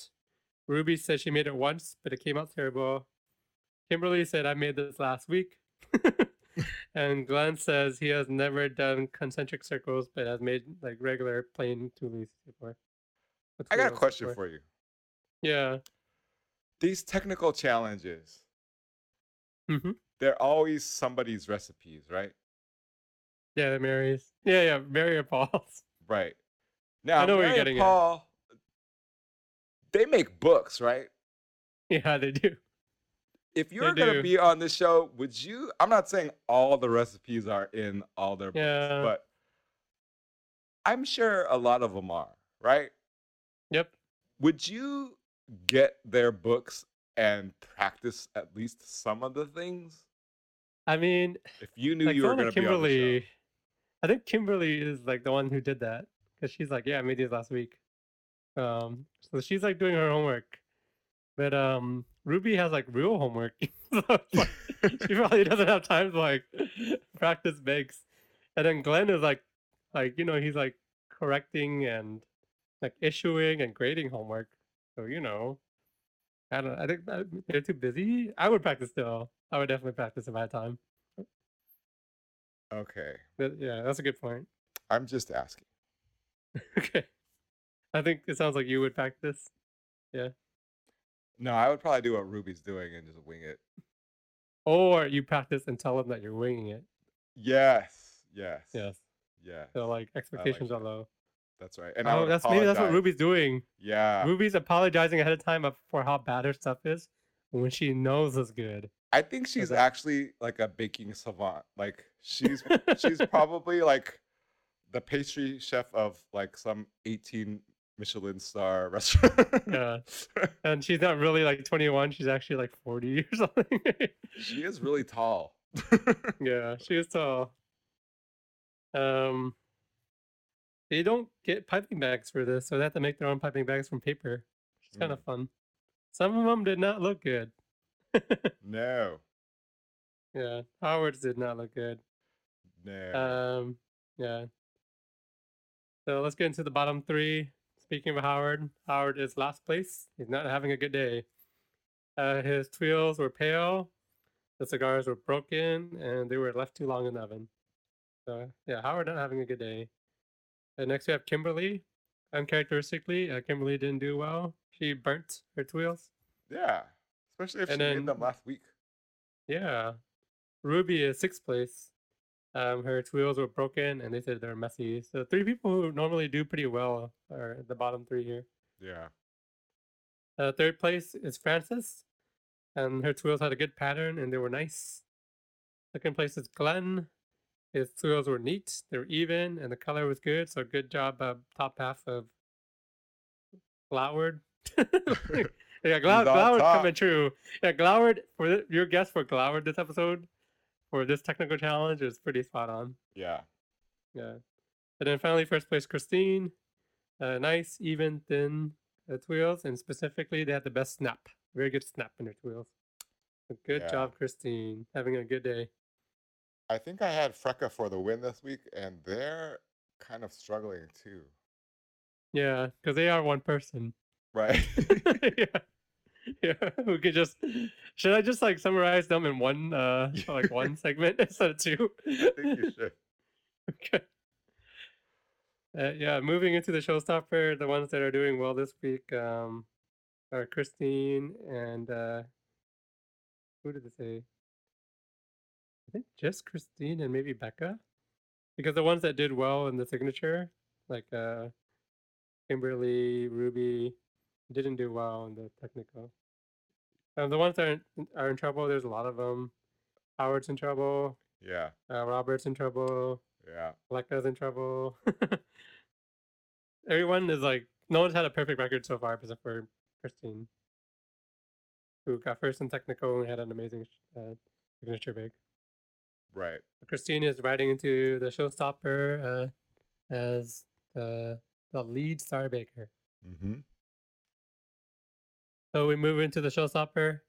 [SPEAKER 2] Ruby says she made it once, but it came out terrible. Kimberly said I made this last week. and Glenn says he has never done concentric circles, but has made like regular plain tulis before.
[SPEAKER 1] I got a question for you.
[SPEAKER 2] you. Yeah.
[SPEAKER 1] These technical challenges,
[SPEAKER 2] Mm-hmm.
[SPEAKER 1] they're always somebody's recipes, right?
[SPEAKER 2] Yeah, the Marys. Yeah, yeah, Mary or Paul's.
[SPEAKER 1] Right. Now,
[SPEAKER 2] know what you're
[SPEAKER 1] Mary and
[SPEAKER 2] getting at.
[SPEAKER 1] Paul, they make books, right?
[SPEAKER 2] Yeah, they do.
[SPEAKER 1] If you're
[SPEAKER 2] They
[SPEAKER 1] going
[SPEAKER 2] do.
[SPEAKER 1] to be on the show, would you? I'm not saying all the recipes are in all their books,
[SPEAKER 2] Yeah.
[SPEAKER 1] but I'm sure a lot of them are, right?
[SPEAKER 2] Yep.
[SPEAKER 1] Would you get their books and practice at least some of the things
[SPEAKER 2] I mean,
[SPEAKER 1] if you knew
[SPEAKER 2] like
[SPEAKER 1] you were
[SPEAKER 2] someone
[SPEAKER 1] going
[SPEAKER 2] like
[SPEAKER 1] to be on the show?
[SPEAKER 2] Kimberly, I think Kimberly is like the one who did that because she's like, yeah, I made these last week. Um, so she's like doing her homework, but um, Ruby has like real homework, so it's like, she probably doesn't have time to like practice bakes. And then Glenn is like, like you know, he's like correcting and like issuing and grading homework. So you know, I don't. I think that they're too busy. I would practice still. I would definitely practice if I had time.
[SPEAKER 1] Okay.
[SPEAKER 2] That- yeah, that's a good point.
[SPEAKER 1] I'm just asking.
[SPEAKER 2] Okay. I think it sounds like you would practice.
[SPEAKER 1] No, I would probably do what Ruby's doing and just wing it.
[SPEAKER 2] Or you practice and tell them that you're winging it.
[SPEAKER 1] Yes. Yes.
[SPEAKER 2] Yes.
[SPEAKER 1] Yes.
[SPEAKER 2] So like expectations are
[SPEAKER 1] that.
[SPEAKER 2] low.
[SPEAKER 1] That's right. And I
[SPEAKER 2] oh,
[SPEAKER 1] would
[SPEAKER 2] that's maybe that's what
[SPEAKER 1] apologize.
[SPEAKER 2] Ruby's doing.
[SPEAKER 1] Yeah.
[SPEAKER 2] Ruby's apologizing ahead of time of- for how bad her stuff is when she knows it's good.
[SPEAKER 1] I think she's
[SPEAKER 2] that-
[SPEAKER 1] actually like a baking savant. Like she's she's probably like the pastry chef of like some 18 Michelin star restaurant.
[SPEAKER 2] Yeah. And she's not really like 21. She's actually like 40 or something.
[SPEAKER 1] she is really tall.
[SPEAKER 2] yeah, she is tall. Um, they don't get piping bags for this, so they have to make their own piping bags from paper. It's kind of fun. Some of them did not look good.
[SPEAKER 1] No,
[SPEAKER 2] Yeah, Howard's did not look good.
[SPEAKER 1] no.
[SPEAKER 2] Um, yeah. So let's get into the bottom three. Speaking of Howard, Howard is last place. He's not having a good day. Uh, his twills were pale, the cigars were broken, and they were left too long in the oven. So yeah, Howard not having a good day. And next we have Kimberly. Uncharacteristically, uh, Kimberly didn't do well. She burnt her twills.
[SPEAKER 1] yeah, especially if she
[SPEAKER 2] and then-
[SPEAKER 1] made them last week.
[SPEAKER 2] Yeah. Ruby is sixth place. Um, her wheels were broken and they said they're messy. So three people who normally do pretty well are the bottom three here.
[SPEAKER 1] Yeah,
[SPEAKER 2] Uh, third place is Frances, and her wheels had a good pattern and they were nice. Second place is Glenn. His wheels were neat, they were even, and the color was good. So good job, uh, top half of Gloward. Yeah, Glow-
[SPEAKER 1] on
[SPEAKER 2] Gloward's
[SPEAKER 1] top.
[SPEAKER 2] coming true. Yeah, Gloward for th- your guess for Gloward this episode for this technical challenge is pretty spot on.
[SPEAKER 1] yeah.
[SPEAKER 2] Yeah, and then finally first place Christine, uh, nice even thin uh, twirls, and specifically they had the best snap, very good snap in their twirls. So Good
[SPEAKER 1] Yeah.
[SPEAKER 2] job, Christine, having a good day.
[SPEAKER 1] I think I had Frecka for the win this week, and they're kind of struggling too.
[SPEAKER 2] Yeah, because they are one person.
[SPEAKER 1] Right?
[SPEAKER 2] yeah. Yeah, we could just should I just like summarize them in one uh like one segment instead of two?
[SPEAKER 1] I think you should.
[SPEAKER 2] Okay. Uh, yeah, moving into the showstopper, the ones that are doing well this week um, are Christine and uh, who did it say? I think just Christine and maybe Becca, because the ones that did well in the signature, like uh, Kimberly, Ruby, didn't do well in the technical. Um, the ones that are in, are in trouble, there's a lot of them. Howard's in trouble.
[SPEAKER 1] Yeah,
[SPEAKER 2] Uh, Robert's in trouble.
[SPEAKER 1] yeah,
[SPEAKER 2] Lekka's in trouble. Everyone is like, no one's had a perfect record so far except for Christine, who got first in technical and had an amazing sh- uh, signature big.
[SPEAKER 1] right.
[SPEAKER 2] Christine is riding into the showstopper uh, as the, the lead star baker.
[SPEAKER 1] Mm-hmm.
[SPEAKER 2] So we move into the showstopper,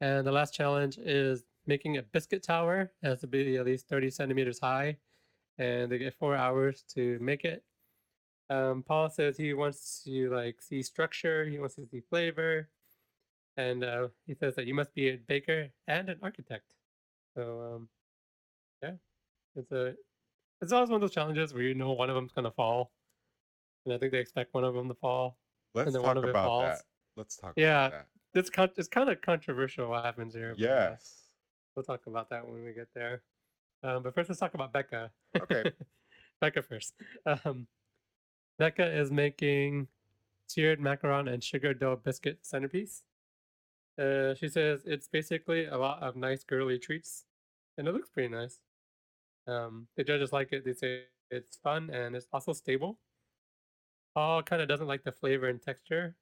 [SPEAKER 2] and the last challenge is making a biscuit tower. It has to be at least 30 centimeters high, and they get four hours to make it. Um, Paul says he wants to like see structure, he wants to see flavor, and uh, he says that you must be a baker and an architect. So um, yeah, it's a it's always one of those challenges where you know one of them's gonna fall, and I think they expect one of them to fall.
[SPEAKER 1] Let's
[SPEAKER 2] then
[SPEAKER 1] talk
[SPEAKER 2] one of it
[SPEAKER 1] about
[SPEAKER 2] falls.
[SPEAKER 1] that. Let's talk
[SPEAKER 2] Yeah,
[SPEAKER 1] about
[SPEAKER 2] It's con- it's kind of controversial what happens here.
[SPEAKER 1] that.
[SPEAKER 2] but, uh,
[SPEAKER 1] Yes.
[SPEAKER 2] We'll talk about that when we get there. Um, but first, let's talk about Becca.
[SPEAKER 1] Okay.
[SPEAKER 2] Becca first. Um, Becca is making tiered macaron and sugar dough biscuit centerpiece. Uh, she says it's basically a lot of nice girly treats, and it looks pretty nice. Um, the judges like it. They say it's fun and it's also stable. Paul kind of doesn't like the flavor and texture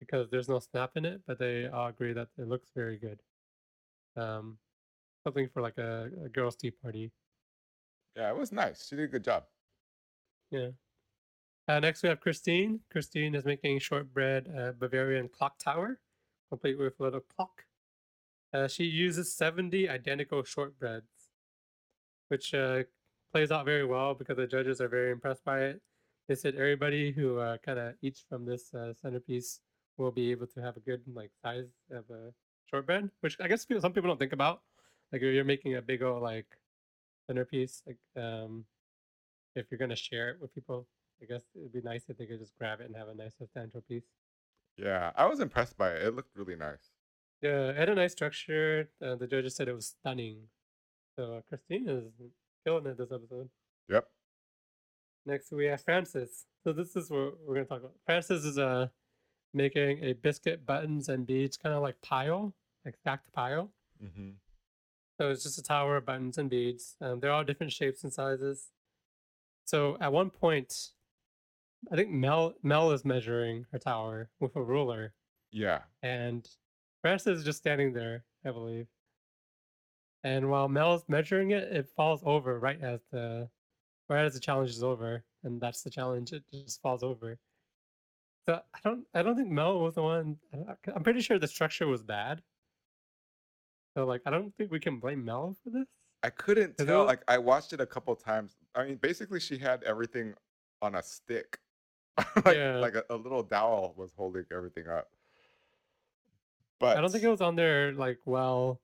[SPEAKER 2] because there's no snap in it, but they all agree that it looks very good. Um, something for like a, a girls' tea party.
[SPEAKER 1] Yeah, it was nice. She did a good job.
[SPEAKER 2] Yeah. Uh, next, we have Christine. Christine is making shortbread uh, Bavarian clock tower, complete with a little clock. Uh, she uses 70 identical shortbreads, which uh, plays out very well because the judges are very impressed by it. They said everybody who uh, kind of eats from this uh, centerpiece will be able to have a good like size of a shortbread, which I guess people, some people don't think about. Like if you're making a big old like centerpiece, like um, if you're gonna share it with people, I guess it'd be nice if they could just grab it and have a nice substantial piece.
[SPEAKER 1] Yeah, I was impressed by it. It looked really nice.
[SPEAKER 2] Yeah, it had a nice structure. Uh, the judges said it was stunning. So uh, Christine is killing it this episode.
[SPEAKER 1] Yep.
[SPEAKER 2] Next we have Francis. So this is what we're gonna talk about. Francis is uh making a biscuit buttons and beads kind of like pile, like stacked pile.
[SPEAKER 1] Mm-hmm.
[SPEAKER 2] So it's just a tower of buttons and beads. Um, they're all different shapes and sizes. So at one point, I think Mel Mel is measuring her tower with a ruler,
[SPEAKER 1] Yeah.
[SPEAKER 2] and Press is just standing there, I believe. And while Mel's measuring it, it falls over right as the right as the challenge is over, and that's the challenge. It just falls over. So I don't I don't think Mel was the one. I- I'm pretty sure the structure was bad. So like I don't think we can blame Mel for this.
[SPEAKER 1] I couldn't
[SPEAKER 2] Is
[SPEAKER 1] tell.
[SPEAKER 2] it-
[SPEAKER 1] Like I watched it a couple times. I mean, basically, she had everything on a stick, like
[SPEAKER 2] Yeah.
[SPEAKER 1] like a, a little dowel was holding everything up. But
[SPEAKER 2] I don't think it was on there like well.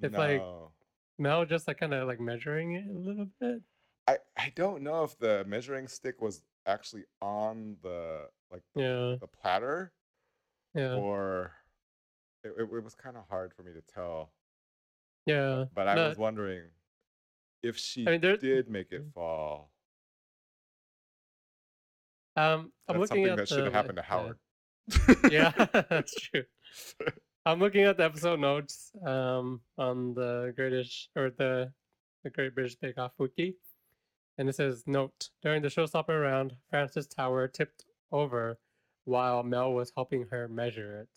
[SPEAKER 2] it's like-
[SPEAKER 1] no.
[SPEAKER 2] Mel just like kind of like measuring it a little bit.
[SPEAKER 1] I I don't know if the measuring stick was actually on the like
[SPEAKER 2] Yeah,
[SPEAKER 1] the platter
[SPEAKER 2] yeah,
[SPEAKER 1] or it, it, it was kind of hard for me to tell.
[SPEAKER 2] yeah.
[SPEAKER 1] But I
[SPEAKER 2] No.
[SPEAKER 1] was wondering if she
[SPEAKER 2] mean, there-
[SPEAKER 1] did make it
[SPEAKER 2] Mhm.
[SPEAKER 1] fall.
[SPEAKER 2] Um,
[SPEAKER 1] That's
[SPEAKER 2] I'm looking
[SPEAKER 1] something
[SPEAKER 2] at
[SPEAKER 1] that should
[SPEAKER 2] the,
[SPEAKER 1] have happened to
[SPEAKER 2] like,
[SPEAKER 1] Howard.
[SPEAKER 2] the- yeah, that's true. I'm looking at the episode notes um, on the British or the the Great British Bake Off wiki, and it says note during the showstopper round, Frances Tower tipped over while Mel was helping her measure it.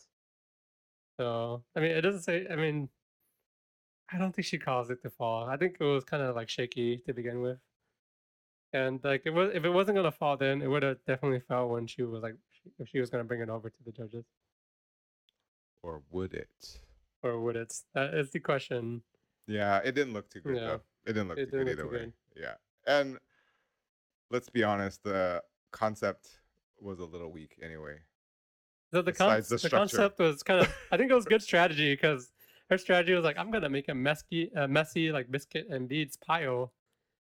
[SPEAKER 2] So I mean, it doesn't say. I mean, I don't think she caused it to fall. I think it was kind of like shaky to begin with, and like it was if it wasn't gonna fall, then it would have definitely fell when she was like if she was gonna bring it over to the judges.
[SPEAKER 1] or would it?
[SPEAKER 2] or would it? That is the question.
[SPEAKER 1] Yeah, it didn't look too good
[SPEAKER 2] Yeah.
[SPEAKER 1] though. It didn't look
[SPEAKER 2] It
[SPEAKER 1] too
[SPEAKER 2] didn't
[SPEAKER 1] good either
[SPEAKER 2] look
[SPEAKER 1] way.
[SPEAKER 2] too
[SPEAKER 1] Yeah. And let's be honest, the concept was a little weak anyway.
[SPEAKER 2] So the, con-
[SPEAKER 1] Besides the
[SPEAKER 2] the,
[SPEAKER 1] structure.
[SPEAKER 2] concept was kind of, I think it was good strategy because her strategy was like, I'm going to make a messy, uh, messy like biscuit and beads pile,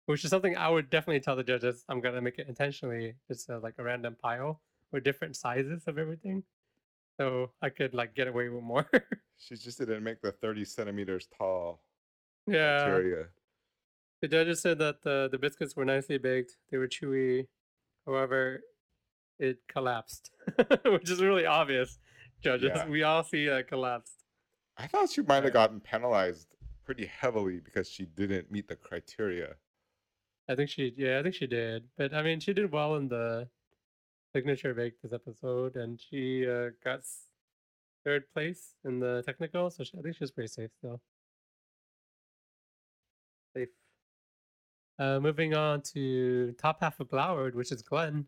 [SPEAKER 2] which is something I would definitely tell the judges. I'm going to make it intentionally, just uh, like a random pile with different sizes of everything. So I could like get away with more.
[SPEAKER 1] She just didn't make the 30 centimeters tall
[SPEAKER 2] yeah.
[SPEAKER 1] criteria.
[SPEAKER 2] The judges said that the, the biscuits were nicely baked, they were chewy. However, it collapsed, which is really obvious, judges.
[SPEAKER 1] Yeah.
[SPEAKER 2] We all see that collapsed.
[SPEAKER 1] I thought she might
[SPEAKER 2] Yeah.
[SPEAKER 1] have gotten penalized pretty heavily because she didn't meet the criteria.
[SPEAKER 2] I think she, yeah, I think she did. But I mean, she did well in the signature bake this episode, and she uh, got s- third place in the technical. So she, I think she was pretty safe still. Safe. Uh, moving on to top half of Bloward, which is Glenn.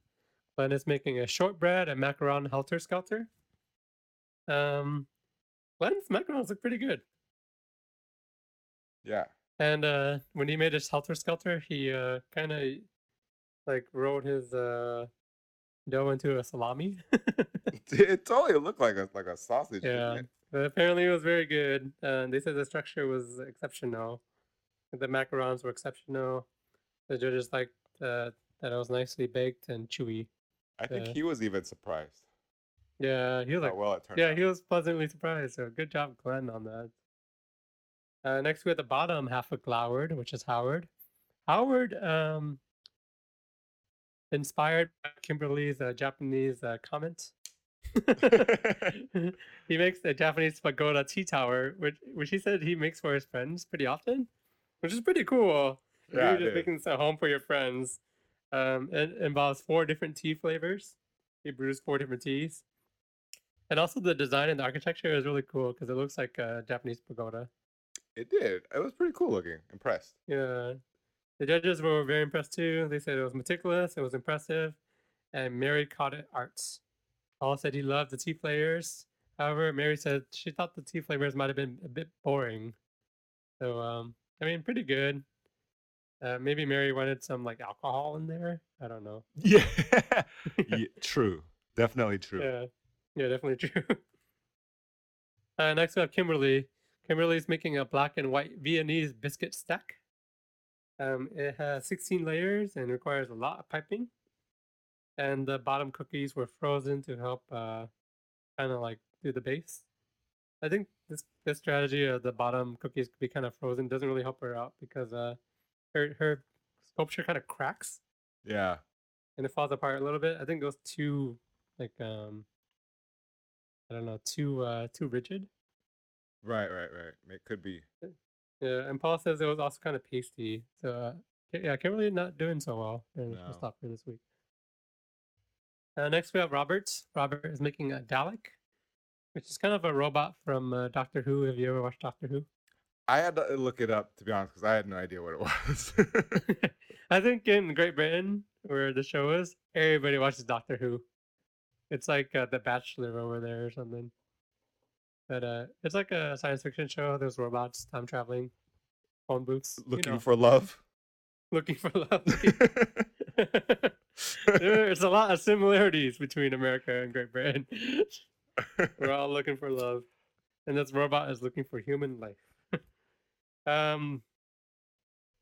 [SPEAKER 2] Glenn is making a shortbread and macaron helter skelter. Um, Glenn's macarons look pretty good.
[SPEAKER 1] Yeah.
[SPEAKER 2] And uh, when he made his helter skelter, he uh, kind of like rolled his uh, dough into a salami.
[SPEAKER 1] It totally looked like a like a sausage. didn't
[SPEAKER 2] Yeah.
[SPEAKER 1] it?
[SPEAKER 2] but apparently, it was very good. Uh, they said the structure was exceptional. The macarons were exceptional. The judges liked uh, that it was nicely baked and chewy.
[SPEAKER 1] I think
[SPEAKER 2] Yeah.
[SPEAKER 1] he was even surprised
[SPEAKER 2] Yeah, he was
[SPEAKER 1] how
[SPEAKER 2] like,
[SPEAKER 1] well it turned
[SPEAKER 2] yeah,
[SPEAKER 1] out.
[SPEAKER 2] he was pleasantly surprised. So good job, Glenn, on that. Uh, next, we have the bottom half of Gloward, which is Howard. Howard, um, inspired by Kimberly's uh, Japanese uh, comment, he makes a Japanese pagoda tea tower, which which he said he makes for his friends pretty often, which is pretty cool. If
[SPEAKER 1] Yeah,
[SPEAKER 2] You're
[SPEAKER 1] it
[SPEAKER 2] just
[SPEAKER 1] is.
[SPEAKER 2] making this at home for your friends. Um, it involves four different tea flavors. He brews four different teas, and also the design and the architecture is really cool because it looks like a Japanese pagoda.
[SPEAKER 1] It did. It was pretty cool looking. Impressed.
[SPEAKER 2] Yeah. The judges were very impressed too. They said it was meticulous, it was impressive, and Mary caught it arts. All said he loved the tea flavors. However, Mary said she thought the tea flavors might have been a bit boring. So, um, I mean, pretty good. Uh, maybe Mary wanted some like alcohol in there. I don't know.
[SPEAKER 1] Yeah. True. Definitely true.
[SPEAKER 2] Yeah, yeah, definitely true. uh, next we have Kimberly. Kimberly's making a black and white Viennese biscuit stack. Um, it has 16 layers and requires a lot of piping. And the bottom cookies were frozen to help uh, kind of like do the base. I think this this strategy of the bottom cookies could be kind of frozen doesn't really help her out because uh, her her sculpture kind of cracks
[SPEAKER 1] Yeah.
[SPEAKER 2] and it falls apart a little bit. I think it was too like um I don't know, too uh too rigid.
[SPEAKER 1] Right, right, right. It could be.
[SPEAKER 2] Yeah, and Paul says it was also kind of pasty. So uh, Ki- yeah, Kimberly not doing so well during the
[SPEAKER 1] No.
[SPEAKER 2] showstopper this week. Uh, next we have Robert. Robert is making a Dalek, which is kind of a robot from uh, Doctor Who. Have you ever watched Doctor Who?
[SPEAKER 1] I had to look it up to be honest because I had no idea what it was.
[SPEAKER 2] I think in Great Britain, where the show is, everybody watches Doctor Who. It's like uh, The Bachelor over there or something. But uh, it's like a science fiction show. There's robots, time traveling, phone booths, you
[SPEAKER 1] Looking
[SPEAKER 2] know,
[SPEAKER 1] for love.
[SPEAKER 2] looking for love. There's a lot of similarities between America and Great Britain. We're all looking for love, and this robot is looking for human life. um,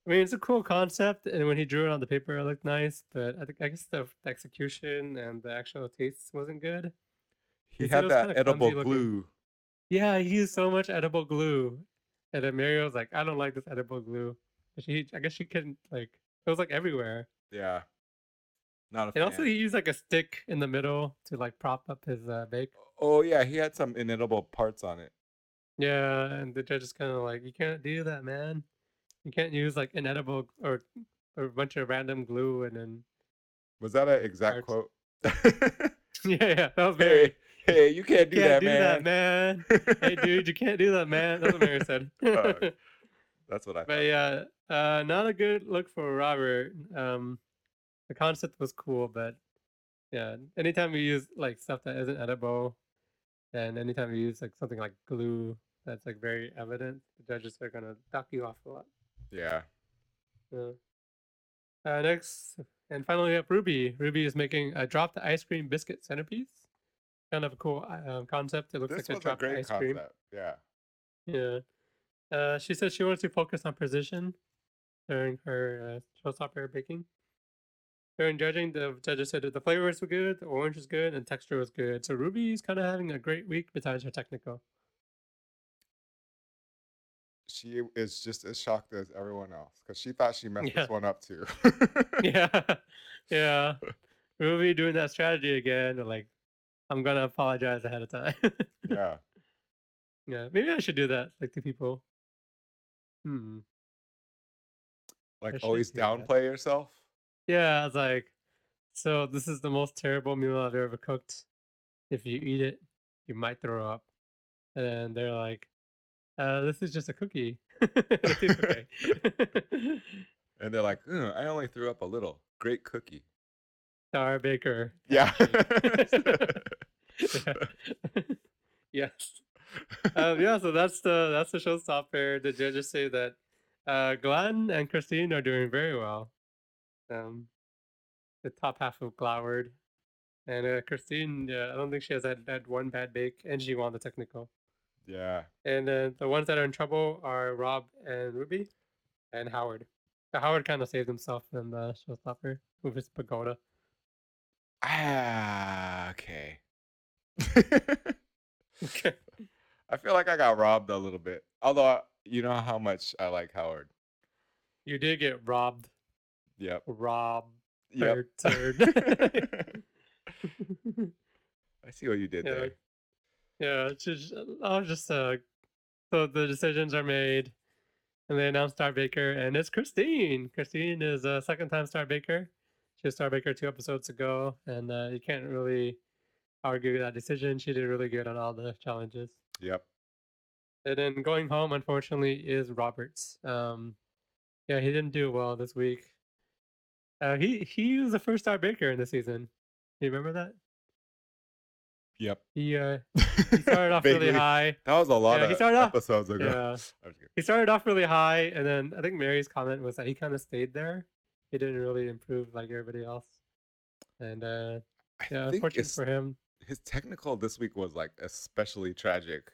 [SPEAKER 2] I mean, it's a cool concept, and when he drew it on the paper, it looked nice. But I think I guess the, the execution and the actual taste wasn't good.
[SPEAKER 1] he
[SPEAKER 2] said it
[SPEAKER 1] had
[SPEAKER 2] was
[SPEAKER 1] that
[SPEAKER 2] kinda
[SPEAKER 1] edible
[SPEAKER 2] clumsy looking.
[SPEAKER 1] glue.
[SPEAKER 2] Yeah, he used so much edible glue, and then Mary was like, "I don't like this edible glue." And she, I guess she couldn't like. It was like everywhere.
[SPEAKER 1] Yeah. Not a
[SPEAKER 2] And
[SPEAKER 1] fan.
[SPEAKER 2] also, he used like a stick in the middle to like prop up his uh, bake.
[SPEAKER 1] oh yeah, he had some inedible parts on it.
[SPEAKER 2] Yeah, and the judge is kind of like, "You can't do that, man. You can't use like inedible or, or a bunch of random glue." And then,
[SPEAKER 1] Was that an exact
[SPEAKER 2] Parts.
[SPEAKER 1] quote?
[SPEAKER 2] yeah, yeah, that was very.
[SPEAKER 1] hey, hey, you can't do
[SPEAKER 2] can't
[SPEAKER 1] that,
[SPEAKER 2] do that,
[SPEAKER 1] man.
[SPEAKER 2] man. hey, dude, you can't do that, man. That's what Mary said.
[SPEAKER 1] Fuck. That's what I.
[SPEAKER 2] But yeah, uh, not a good look for Robert. Um, the concept was cool, but yeah, anytime you use like stuff that isn't edible, and anytime you use like something like glue that's like very evident, the judges are gonna dock you off a lot.
[SPEAKER 1] Yeah.
[SPEAKER 2] Yeah. Uh, next and finally, we have Ruby. Ruby is making a drop the ice cream biscuit centerpiece. Kind of a cool um, concept. It looks
[SPEAKER 1] This
[SPEAKER 2] like a
[SPEAKER 1] was a
[SPEAKER 2] drop the
[SPEAKER 1] great
[SPEAKER 2] ice cream.
[SPEAKER 1] concept. Yeah.
[SPEAKER 2] Yeah. Uh, she said she wants to focus on precision during her uh, showstopper baking. During judging, the judges said that the flavors were good, the orange was good, and texture was good. So Ruby's kind of having a great week besides her technical.
[SPEAKER 1] She is just as shocked as everyone else because she thought she messed
[SPEAKER 2] Yeah.
[SPEAKER 1] this one up too.
[SPEAKER 2] yeah. Yeah. Ruby doing that strategy again. and, Like, I'm going to apologize ahead of time.
[SPEAKER 1] yeah.
[SPEAKER 2] yeah. Maybe I should do that, like, to people. Hmm.
[SPEAKER 1] Like
[SPEAKER 2] should
[SPEAKER 1] always
[SPEAKER 2] do that.
[SPEAKER 1] downplay yourself.
[SPEAKER 2] Yeah, I was like, so this is the most terrible meal I've ever cooked. If you eat it, you might throw up. And they're like, uh, this is just a cookie. It's okay.
[SPEAKER 1] And they're like, "Mm, I only threw up a little. Great cookie.
[SPEAKER 2] Star Baker.
[SPEAKER 1] Yeah.
[SPEAKER 2] Yeah. yes. um, yeah, so that's the that's the showstopper. The judges say that uh, Glenn and Christine are doing very well. Um, the top half of Gloward, and uh, Christine, uh, I don't think she has had, had one bad bake, and she won the technical.
[SPEAKER 1] yeah.
[SPEAKER 2] And uh, the ones that are in trouble are Rob and Ruby, and Howard. So Howard kind of saved himself in the showstopper with his pagoda.
[SPEAKER 1] Ah, okay. I feel like I got robbed a little bit. Although I, you know how much I like Howard.
[SPEAKER 2] you did get robbed,
[SPEAKER 1] Yep.
[SPEAKER 2] Rob.
[SPEAKER 1] Yep.
[SPEAKER 2] Turd.
[SPEAKER 1] I see what you did
[SPEAKER 2] Yeah.
[SPEAKER 1] there.
[SPEAKER 2] Yeah, it's just I'll just uh so the decisions are made and they announce Star Baker and it's Christine. Christine is a second time Star Baker. She was Star Baker two episodes ago and uh, you can't really argue with that decision. She did really good on all the challenges.
[SPEAKER 1] Yep.
[SPEAKER 2] And then going home unfortunately is Roberts. Um yeah, he didn't do well this week. Uh he he was the first Star Baker in the season. Do you remember that?
[SPEAKER 1] Yep.
[SPEAKER 2] He uh he started off really
[SPEAKER 1] Vaguely.
[SPEAKER 2] high.
[SPEAKER 1] That was a lot
[SPEAKER 2] Yeah,
[SPEAKER 1] of
[SPEAKER 2] he started off-
[SPEAKER 1] episodes ago.
[SPEAKER 2] Yeah.
[SPEAKER 1] I'm just kidding.
[SPEAKER 2] he started off really high, and then I think Mary's comment was that he kind of stayed there. He didn't really improve like everybody else, and uh,
[SPEAKER 1] I
[SPEAKER 2] yeah,
[SPEAKER 1] think
[SPEAKER 2] unfortunate
[SPEAKER 1] his,
[SPEAKER 2] for him.
[SPEAKER 1] his technical this week was like especially tragic.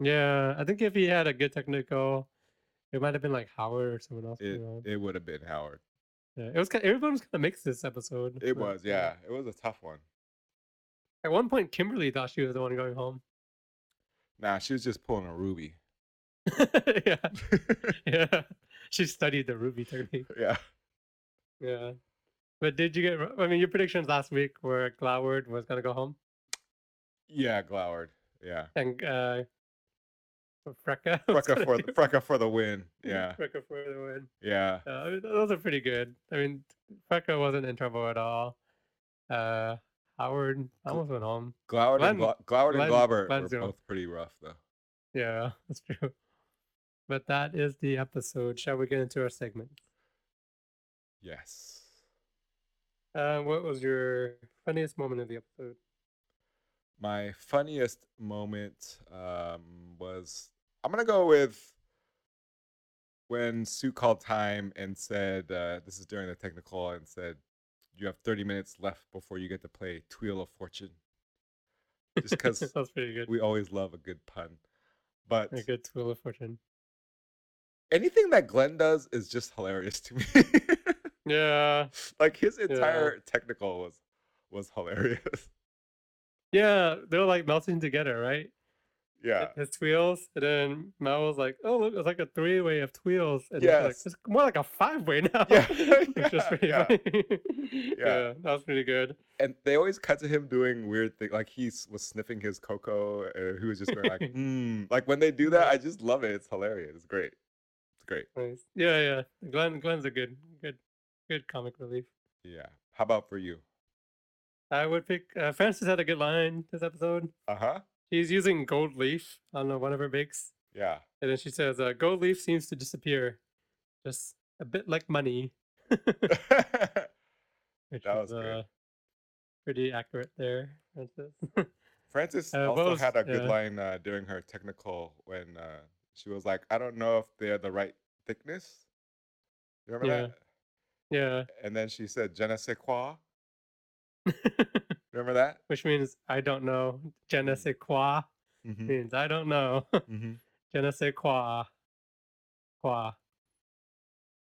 [SPEAKER 2] Yeah, I think if he had a good technical, it might have been like Howard or someone else.
[SPEAKER 1] It
[SPEAKER 2] you know.
[SPEAKER 1] it would have been Howard.
[SPEAKER 2] yeah, it was kind everyone was kind of mixed this episode.
[SPEAKER 1] It
[SPEAKER 2] but,
[SPEAKER 1] was,
[SPEAKER 2] uh,
[SPEAKER 1] yeah. It was a tough one.
[SPEAKER 2] At one point, Kimberly thought she was the one going home.
[SPEAKER 1] Nah, she was just pulling a ruby.
[SPEAKER 2] yeah, yeah. She studied the Ruby technique.
[SPEAKER 1] yeah.
[SPEAKER 2] Yeah. But did you get? ro- I mean, your predictions last week were Gloward was gonna go home.
[SPEAKER 1] Yeah, Gloward. Yeah.
[SPEAKER 2] and uh Frecka. was
[SPEAKER 1] Frecka
[SPEAKER 2] gonna
[SPEAKER 1] for
[SPEAKER 2] do-
[SPEAKER 1] the Frecka for the win. Yeah.
[SPEAKER 2] Frecka for the win.
[SPEAKER 1] Yeah.
[SPEAKER 2] Uh, I mean, those are pretty good. I mean, Frecka wasn't in trouble at all. Uh Howard. I almost went home.
[SPEAKER 1] Gloward
[SPEAKER 2] Glenn-
[SPEAKER 1] and, Glo- Gloward
[SPEAKER 2] Glenn-
[SPEAKER 1] and Globber
[SPEAKER 2] Glenn's
[SPEAKER 1] were
[SPEAKER 2] doing-
[SPEAKER 1] both pretty rough, though.
[SPEAKER 2] Yeah, that's true. But that is the episode. Shall we get into our segment?
[SPEAKER 1] Yes.
[SPEAKER 2] Uh, what was your funniest moment of the episode?
[SPEAKER 1] My funniest moment um, was I'm gonna go with when Sue called time and said, uh, "This is during the technical," and said, "You have 30 minutes left before you get to play Wheel of Fortune." Just because
[SPEAKER 2] that's pretty good.
[SPEAKER 1] we always love a good pun, but
[SPEAKER 2] A good Wheel of Fortune.
[SPEAKER 1] anything that Glenn does is just hilarious to me.
[SPEAKER 2] Yeah,
[SPEAKER 1] like his
[SPEAKER 2] Yeah.
[SPEAKER 1] entire technical was was hilarious.
[SPEAKER 2] yeah, they're like melting together, right?
[SPEAKER 1] yeah.
[SPEAKER 2] His wheels, and then Mel was like, "Oh, look, it's like a three-way of wheels," and it's
[SPEAKER 1] Yes.
[SPEAKER 2] like, it's more like a five-way now.
[SPEAKER 1] Yeah,
[SPEAKER 2] which is
[SPEAKER 1] yeah,
[SPEAKER 2] pretty
[SPEAKER 1] yeah.
[SPEAKER 2] funny. yeah, that was pretty good.
[SPEAKER 1] and they always cut to him doing weird things. Like he s- was sniffing his cocoa, and he was just going like, "Hmm." Like when they do that, I just love it. It's hilarious. It's great. It's great.
[SPEAKER 2] Nice. Yeah, yeah. Glenn, Glenn's a good, good, good comic relief.
[SPEAKER 1] Yeah. How about for you?
[SPEAKER 2] I would pick. Uh, Francis had a good line this episode.
[SPEAKER 1] Uh huh.
[SPEAKER 2] She's using gold leaf on uh, one of her bakes,
[SPEAKER 1] Yeah.
[SPEAKER 2] and then she says, uh, "Gold leaf seems to disappear, just a bit like money." Which
[SPEAKER 1] That
[SPEAKER 2] was,
[SPEAKER 1] was good.
[SPEAKER 2] uh, pretty accurate there, Francis.
[SPEAKER 1] Francis
[SPEAKER 2] Uh, what
[SPEAKER 1] also
[SPEAKER 2] was-
[SPEAKER 1] had a good
[SPEAKER 2] yeah.
[SPEAKER 1] line uh, during her technical when uh, she was like, "I don't know if they're the right thickness." You remember
[SPEAKER 2] Yeah.
[SPEAKER 1] that?
[SPEAKER 2] yeah,
[SPEAKER 1] And then she said, "Je ne sais quoi." Remember that?
[SPEAKER 2] which means I don't know. Je ne
[SPEAKER 1] Mm.
[SPEAKER 2] sais quoi
[SPEAKER 1] Mm-hmm.
[SPEAKER 2] means I don't know.
[SPEAKER 1] Mm-hmm.
[SPEAKER 2] Je ne sais quoi. Quoi.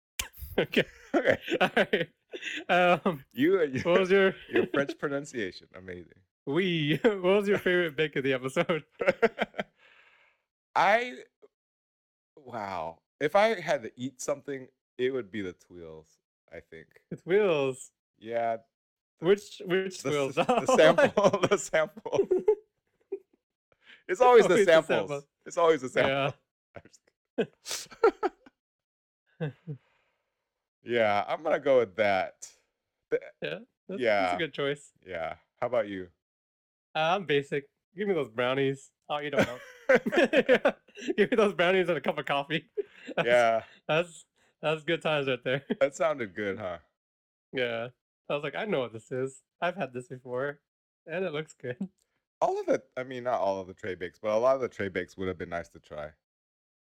[SPEAKER 2] okay.
[SPEAKER 1] Okay.
[SPEAKER 2] All right. Um,
[SPEAKER 1] You and
[SPEAKER 2] what
[SPEAKER 1] your,
[SPEAKER 2] was your
[SPEAKER 1] your French pronunciation, amazing.
[SPEAKER 2] we? What was your favorite bake of the episode?
[SPEAKER 1] I wow. If I had to eat something, it would be the Twheels, I think.
[SPEAKER 2] It's wheels.
[SPEAKER 1] Yeah.
[SPEAKER 2] Which which
[SPEAKER 1] The,
[SPEAKER 2] wheels?
[SPEAKER 1] s- the
[SPEAKER 2] Oh,
[SPEAKER 1] sample. the sample. It's always the
[SPEAKER 2] Always the
[SPEAKER 1] samples.
[SPEAKER 2] sample.
[SPEAKER 1] It's always the sample.
[SPEAKER 2] yeah.
[SPEAKER 1] I'm just kidding. yeah, I'm gonna go with that.
[SPEAKER 2] That's, that's
[SPEAKER 1] Yeah.
[SPEAKER 2] a good choice.
[SPEAKER 1] Yeah. How about you?
[SPEAKER 2] Uh, I'm basic. Give me those brownies. Oh, you don't know. Give me those brownies and a cup of coffee. That's-
[SPEAKER 1] yeah.
[SPEAKER 2] That's that's good times right there.
[SPEAKER 1] That sounded good, huh?
[SPEAKER 2] yeah. I was like, I know what this is. I've had this before. And it looks good.
[SPEAKER 1] All of it. I mean, not all of the tray bakes, but a lot of the tray bakes would have been nice to try.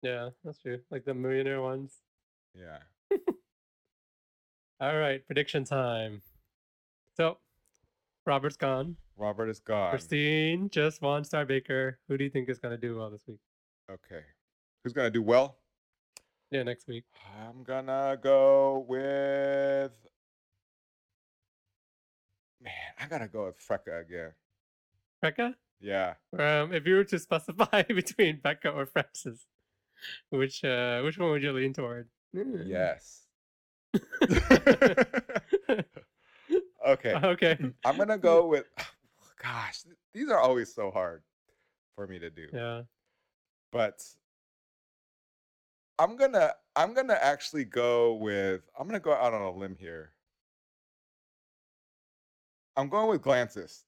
[SPEAKER 2] Yeah, that's true. Like the millionaire ones.
[SPEAKER 1] Yeah.
[SPEAKER 2] All right, prediction time. So Robert's gone.
[SPEAKER 1] Robert is gone.
[SPEAKER 2] Christine just won Star Baker. Who do you think is gonna do well this week?
[SPEAKER 1] Okay. Who's gonna do well?
[SPEAKER 2] Yeah, next week.
[SPEAKER 1] I'm gonna go with Man, I gotta go with Frecka again.
[SPEAKER 2] Becca?
[SPEAKER 1] Yeah.
[SPEAKER 2] Um, if you were to specify between Becca or Francis, which uh which one would you lean toward? Mm.
[SPEAKER 1] Yes. okay.
[SPEAKER 2] okay.
[SPEAKER 1] I'm gonna go with gosh, th- these are always so hard for me to do.
[SPEAKER 2] Yeah.
[SPEAKER 1] But I'm gonna I'm gonna actually go with I'm gonna go out on a limb here. I'm going with Glances.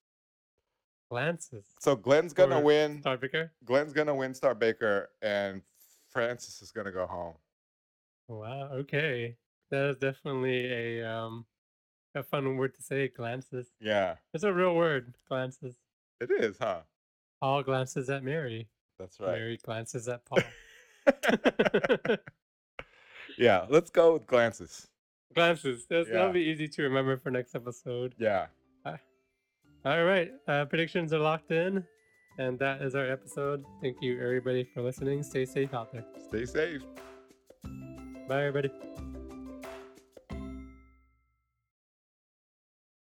[SPEAKER 2] Glances.
[SPEAKER 1] So Glenn's gonna
[SPEAKER 2] Or
[SPEAKER 1] win.
[SPEAKER 2] Star Baker?
[SPEAKER 1] Glenn's gonna win Star Baker, and Francis is gonna go home.
[SPEAKER 2] Wow. Okay, that is definitely a um a fun word to say. Glances.
[SPEAKER 1] Yeah,
[SPEAKER 2] It's a real word. Glances.
[SPEAKER 1] it is, huh?
[SPEAKER 2] Paul glances at Mary.
[SPEAKER 1] That's right.
[SPEAKER 2] Mary glances at Paul.
[SPEAKER 1] Yeah, let's go with Glances.
[SPEAKER 2] glances. That's, That'll
[SPEAKER 1] Yeah.
[SPEAKER 2] be easy to remember for next episode.
[SPEAKER 1] Yeah.
[SPEAKER 2] All right. Uh, predictions are locked in, and that is our episode. Thank you everybody for listening. Stay safe out there.
[SPEAKER 1] Stay safe.
[SPEAKER 2] Bye everybody.